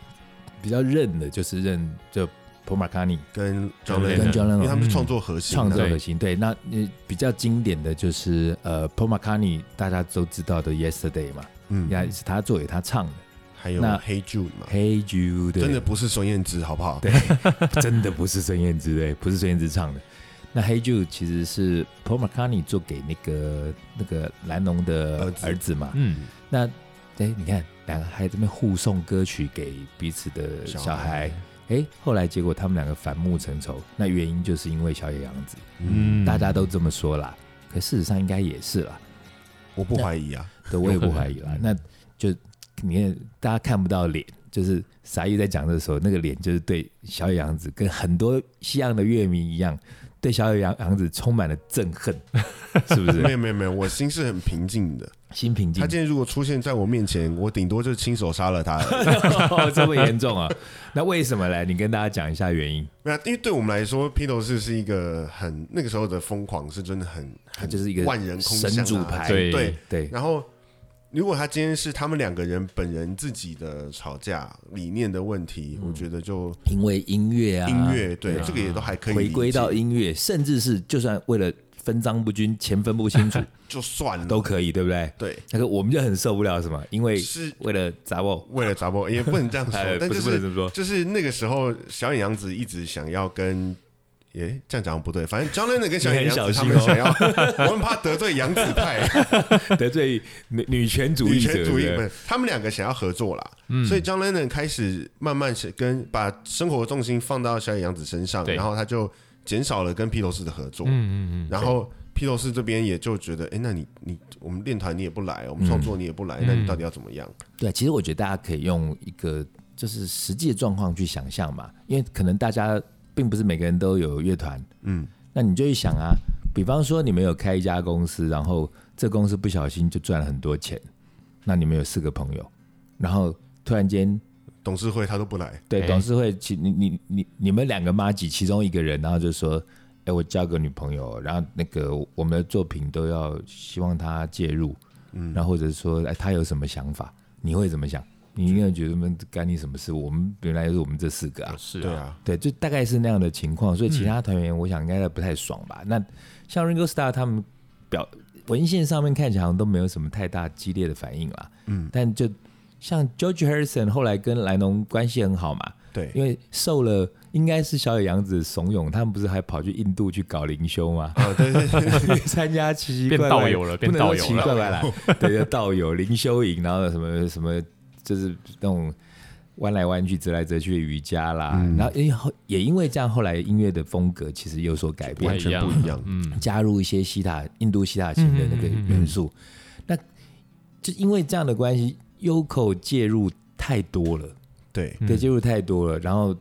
[SPEAKER 2] 比较认的，就是认就 Paul McCartney
[SPEAKER 1] 跟 John
[SPEAKER 3] 对
[SPEAKER 2] 跟
[SPEAKER 1] Lennon，
[SPEAKER 3] 的
[SPEAKER 2] John
[SPEAKER 1] 因为他
[SPEAKER 2] Lennon 嗯
[SPEAKER 1] 们是创作核心啊，
[SPEAKER 2] 创作
[SPEAKER 3] 对
[SPEAKER 2] 核心。对，那呃比较经典的就是呃 Paul McCartney 大家都知道的 Yesterday 嘛，
[SPEAKER 1] 嗯，
[SPEAKER 2] 那、是他作为他唱的。
[SPEAKER 1] 还有
[SPEAKER 2] 那
[SPEAKER 1] Hey Jude 嘛，
[SPEAKER 2] Hey Jude，
[SPEAKER 1] 真的不是孙燕姿，好不好？
[SPEAKER 2] 对 真的不是孙燕姿对，不是孙燕姿唱的。那 Hey Jude 其实是 Paul McCartney 做给那个那个蓝农
[SPEAKER 1] 儿
[SPEAKER 2] 的
[SPEAKER 1] 子
[SPEAKER 2] 儿子嘛，
[SPEAKER 3] 嗯，
[SPEAKER 2] 那哎、你看两个还在那边互送歌曲给彼此的小
[SPEAKER 1] 小
[SPEAKER 2] 孩
[SPEAKER 1] 孩，
[SPEAKER 2] 哎、后来结果他们两个反目成仇，那原因就是因为小野洋子，
[SPEAKER 1] 嗯，
[SPEAKER 2] 大家都这么说啦，可事实上应该也是啦，
[SPEAKER 1] 我不怀疑啊，
[SPEAKER 2] 对，我也
[SPEAKER 3] 有可
[SPEAKER 2] 不
[SPEAKER 3] 能
[SPEAKER 2] 怀疑啦
[SPEAKER 3] 嗯。
[SPEAKER 2] 那就你看，大家看不到脸，就是傻一在讲的时候，那个脸就是对小野洋子跟很多西洋的乐迷一样，对小野洋洋子充满了憎恨， 是不
[SPEAKER 1] 没
[SPEAKER 2] 是？
[SPEAKER 1] 有没有没有，我心是很平静的。
[SPEAKER 2] 心平
[SPEAKER 1] 他
[SPEAKER 2] 静
[SPEAKER 1] 今天如果出现在我面前，我顶多就亲手杀 了他而已。
[SPEAKER 2] 哦，这么严重啊？那为什么来？你跟大家讲一下原因。
[SPEAKER 1] 没有，啊因为对我们来说，披头士是一个很那个时候的疯狂，是真的很很
[SPEAKER 2] 就是一个
[SPEAKER 1] 万人空巷、啊、
[SPEAKER 2] 神主牌
[SPEAKER 1] 对
[SPEAKER 3] 对
[SPEAKER 2] 对，
[SPEAKER 1] 然后，如果他今天是他们两个人本人自己的吵架理念的问题，我觉得就
[SPEAKER 2] 因为音乐啊，
[SPEAKER 1] 音乐、对
[SPEAKER 2] 嗯啊
[SPEAKER 1] 这个也都还可以
[SPEAKER 2] 回
[SPEAKER 1] 理
[SPEAKER 2] 归
[SPEAKER 1] 解
[SPEAKER 2] 到音乐，甚至是就算为了分赃不均、钱分 不清楚
[SPEAKER 1] 就算了，
[SPEAKER 2] 都可以，对不对？
[SPEAKER 1] 对，
[SPEAKER 2] 那个我们就很受不了什么，因为
[SPEAKER 1] 是
[SPEAKER 2] 为了杂货，
[SPEAKER 1] 为了杂 波也不能这样说
[SPEAKER 2] 哎，
[SPEAKER 1] 但
[SPEAKER 2] 不
[SPEAKER 1] 就是
[SPEAKER 2] 不能这么说
[SPEAKER 1] 就是那个时候，小野洋子一直想要跟。诶，哎这样讲不对，反正 John Lennon 跟小野
[SPEAKER 2] 你
[SPEAKER 1] 洋
[SPEAKER 2] 很
[SPEAKER 1] 子他
[SPEAKER 2] 小心
[SPEAKER 1] 们
[SPEAKER 2] 哦
[SPEAKER 1] 想要， 我们怕得罪洋子派，
[SPEAKER 2] 得罪女女权主
[SPEAKER 1] 女
[SPEAKER 2] 义者，
[SPEAKER 1] 权主义嗯
[SPEAKER 2] 对不
[SPEAKER 1] 不
[SPEAKER 2] 对
[SPEAKER 1] 是，他们两个想要合作啦，所以 John Lennon 开始慢慢是跟把生活重心放到小野洋子身上，
[SPEAKER 3] 对
[SPEAKER 1] 然后他就减少了跟披头士的合作，
[SPEAKER 3] 嗯嗯
[SPEAKER 1] 然后披头士这边也就觉得，哎，那你你我们练团你也不来，我们创作你也不来，那你到底要怎么样？
[SPEAKER 2] 对，其实我觉得大家可以用一个就是实际的状况去想象嘛，因为可能大家并不是每个人都有乐团，
[SPEAKER 1] 嗯，
[SPEAKER 2] 那你就去想啊，比方说你们有开一家公司，然后这公司不小心就赚了很多钱，那你们有四个朋友，然后突然间
[SPEAKER 1] 董事会他都不来，
[SPEAKER 2] 对
[SPEAKER 3] 哎
[SPEAKER 2] 董事会其你你你你们两个妈几其中一个人，然后就说，哎、我交个女朋友，然后那个我们的作品都要希望她介入，嗯，然后或者说，哎、她有什么想法？你会怎么想？你应该觉得们干你什么事？我们原来就是我们这四个啊
[SPEAKER 3] 嗯，，是
[SPEAKER 1] 对
[SPEAKER 3] 啊，
[SPEAKER 1] 啊，
[SPEAKER 2] 对，就大概是那样的情况，所以其他团员我想应该不太爽吧。那像 Ringo Starr 他们表文献上面看起来好像都没有什么太大激烈的反应啦，嗯，但就像 George Harrison 后来跟莱农关系很好嘛，
[SPEAKER 1] 对，
[SPEAKER 2] 因为受了应该是小野洋子怂恿，他们不是还跑去印度去搞灵修吗？
[SPEAKER 1] 啊对对对，
[SPEAKER 2] 参加奇奇怪怪
[SPEAKER 3] 变道友了
[SPEAKER 2] 不能说
[SPEAKER 3] 变道友了
[SPEAKER 2] 奇怪怪啦， 对，就道友灵修营，然后什么什么，就是那种弯来弯去、折来折去的瑜伽啦。
[SPEAKER 3] 嗯
[SPEAKER 2] 然后因为后也因为这样，后来音乐的风格其实有所改
[SPEAKER 3] 不
[SPEAKER 2] 变
[SPEAKER 3] 太一，
[SPEAKER 1] 全
[SPEAKER 3] 样，
[SPEAKER 1] 不一样
[SPEAKER 3] 嗯，
[SPEAKER 2] 加入一些西塔、印度西塔琴的那个元素。
[SPEAKER 3] 嗯
[SPEAKER 2] 那就因为这样的关系，Yoko 介入太多了。
[SPEAKER 1] 对，
[SPEAKER 2] 对，
[SPEAKER 3] 嗯
[SPEAKER 2] 介入太多了，然后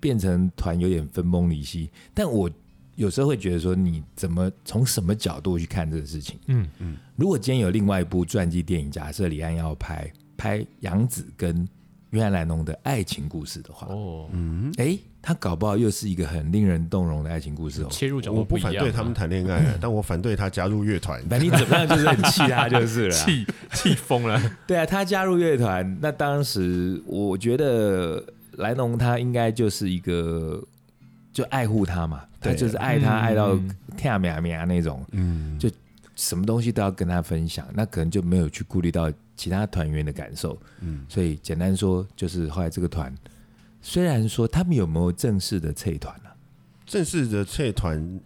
[SPEAKER 2] 变成团有点分崩离析。但我有时候会觉得说，你怎么从什么角度去看这个事情？
[SPEAKER 3] 嗯
[SPEAKER 1] 嗯
[SPEAKER 2] 嗯。如果今天有另外一部传记电影，假设李安要拍拍杨紫跟约翰·兰农的爱情故事的话，
[SPEAKER 3] 哦，
[SPEAKER 1] 嗯，
[SPEAKER 2] 哎、他搞不好又是一个很令人动容的爱情故事哦。
[SPEAKER 3] 切入角
[SPEAKER 1] 我
[SPEAKER 3] 度
[SPEAKER 1] 不
[SPEAKER 3] 一
[SPEAKER 1] 反
[SPEAKER 3] 样啊，
[SPEAKER 1] 对他们谈恋爱，但我反对他加入乐团，
[SPEAKER 2] 反正你怎么样就是很 气他就是了啊、
[SPEAKER 3] 气气疯了，
[SPEAKER 2] 对啊，他加入乐团，那当时我觉得莱农他应该就是一个就爱护他嘛，
[SPEAKER 1] 对啊
[SPEAKER 2] 他就是爱他、
[SPEAKER 3] 嗯
[SPEAKER 2] 爱到跳喵喵那种，
[SPEAKER 1] 嗯，
[SPEAKER 2] 就什么东西都要跟他分享，那可能就没有去顾虑到其他团员的感受。
[SPEAKER 1] 嗯
[SPEAKER 2] 所以简单说，就是后来这个团虽然说他们有没有正式的退团啊，
[SPEAKER 1] 正式的这团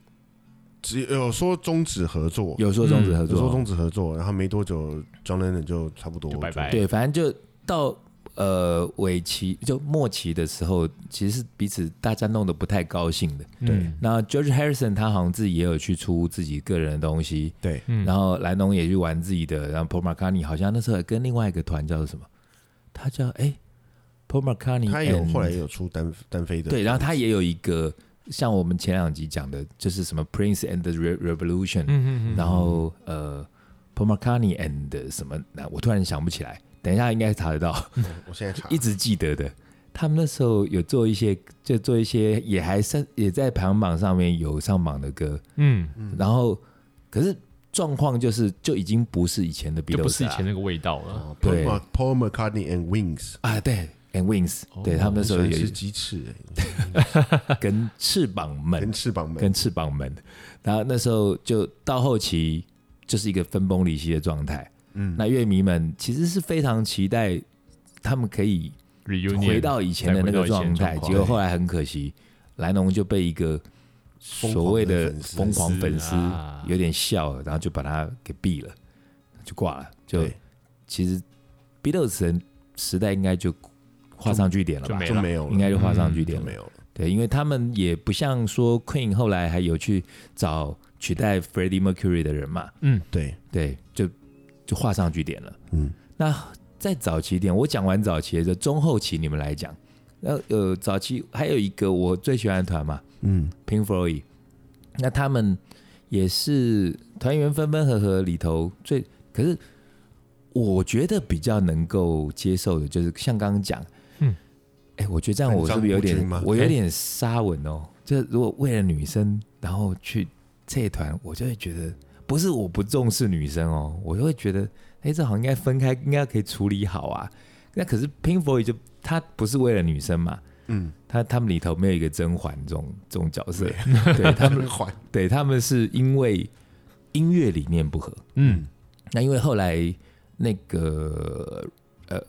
[SPEAKER 1] 只有说终止合作，
[SPEAKER 2] 有说终止
[SPEAKER 3] 嗯
[SPEAKER 2] 合
[SPEAKER 1] 有
[SPEAKER 2] 作
[SPEAKER 1] 说
[SPEAKER 2] 哦，
[SPEAKER 1] 终止合作，然后没多久，John Lennon 就差不多
[SPEAKER 3] 就拜拜
[SPEAKER 2] 对，反正就到呃尾期就末期的时候，其实是彼此大家弄得不太高兴的。
[SPEAKER 3] 对，
[SPEAKER 2] 那 George Harrison 他好像自己也有去出自己个人的东西，
[SPEAKER 1] 对
[SPEAKER 3] 嗯
[SPEAKER 2] 然后莱农也去玩自己的，然后 Paul McCartney 好像那时候还跟另外一个团叫做什么，他叫哎、Paul McCartney，
[SPEAKER 1] 他有
[SPEAKER 2] and-
[SPEAKER 1] 后来也有出单单飞的，
[SPEAKER 2] 对，然后他也有一个像我们前两集讲的，就是什么 Prince and the Re- Revolution，、
[SPEAKER 3] 嗯嗯嗯，
[SPEAKER 2] 然后呃 Paul McCartney and 什么，那我突然想不起来，等一下应该查得到。
[SPEAKER 1] 我现在查
[SPEAKER 2] 一直记得的。他们那时候有做一些，就做一些也还上也在排行榜上面有上榜的歌，
[SPEAKER 3] 嗯，
[SPEAKER 2] 然后可是状况就是就已经不是以前的 b e a
[SPEAKER 3] 就
[SPEAKER 2] t
[SPEAKER 3] 不是以前那个味道了，
[SPEAKER 1] 哦
[SPEAKER 2] 对
[SPEAKER 1] Paul Paul McCartney and Wings，
[SPEAKER 2] 啊，对，And Wings，、
[SPEAKER 3] 哦
[SPEAKER 2] 对他们那时候
[SPEAKER 1] 我喜欢
[SPEAKER 2] 有
[SPEAKER 1] 吃鸡翅，
[SPEAKER 2] 跟翅膀
[SPEAKER 1] 哎
[SPEAKER 2] 们
[SPEAKER 1] 跟翅膀们
[SPEAKER 2] 跟，翅膀们，然后那时候就到后期就是一个分崩离析的状态。
[SPEAKER 1] 嗯，
[SPEAKER 2] 那乐迷们其实是非常期待他们可以
[SPEAKER 3] reunion
[SPEAKER 2] 回到以前的那个状态，
[SPEAKER 3] 再回到以前的状况
[SPEAKER 2] 结果后来很可惜，莱农就被一个所谓的疯狂粉丝
[SPEAKER 3] 啊
[SPEAKER 2] 有点笑了，然后就把他给毙了，就挂了。就
[SPEAKER 1] 对
[SPEAKER 2] 其实 Beatles 人时代应该就画上句点了
[SPEAKER 3] 就
[SPEAKER 2] 吧
[SPEAKER 3] 没，
[SPEAKER 1] 就没有
[SPEAKER 2] 应
[SPEAKER 1] 了，嗯
[SPEAKER 2] 该就画上句点
[SPEAKER 1] 就
[SPEAKER 2] 了
[SPEAKER 1] 没。有了，
[SPEAKER 2] 对，因为他们也不像说 Queen 后来还有去找取代 Freddie Mercury 的人嘛，
[SPEAKER 1] 对，
[SPEAKER 2] 对，就就画上句点了。
[SPEAKER 1] 嗯，
[SPEAKER 2] 那在早期一点，我讲完早期的时候中后期，你们来讲。那呃，早期还有一个我最喜欢的团嘛
[SPEAKER 1] 嗯，
[SPEAKER 2] ，Pink Floyd，那他们也是团员分分合合里头最，可是我觉得比较能够接受的，就是像刚刚讲，嗯
[SPEAKER 3] 嗯，
[SPEAKER 2] 哎、我觉得这样我是不是有
[SPEAKER 1] 很
[SPEAKER 2] 点
[SPEAKER 1] 张不均吗，哎
[SPEAKER 2] 我有点沙文哦。就如果为了女生，然后去这团，我就会觉得不是我不重视女生哦，我就会觉得，哎、这好像应该分开，应该可以处理好啊。那可是 Pink Floyd 就他不是为了女生嘛，
[SPEAKER 1] 嗯，
[SPEAKER 2] 他他们里头没有一个甄嬛这种这种角色， 对他 们
[SPEAKER 1] 缓，
[SPEAKER 2] 对他们是因为音乐理念不合。
[SPEAKER 3] 嗯，
[SPEAKER 2] 那因为后来那个呃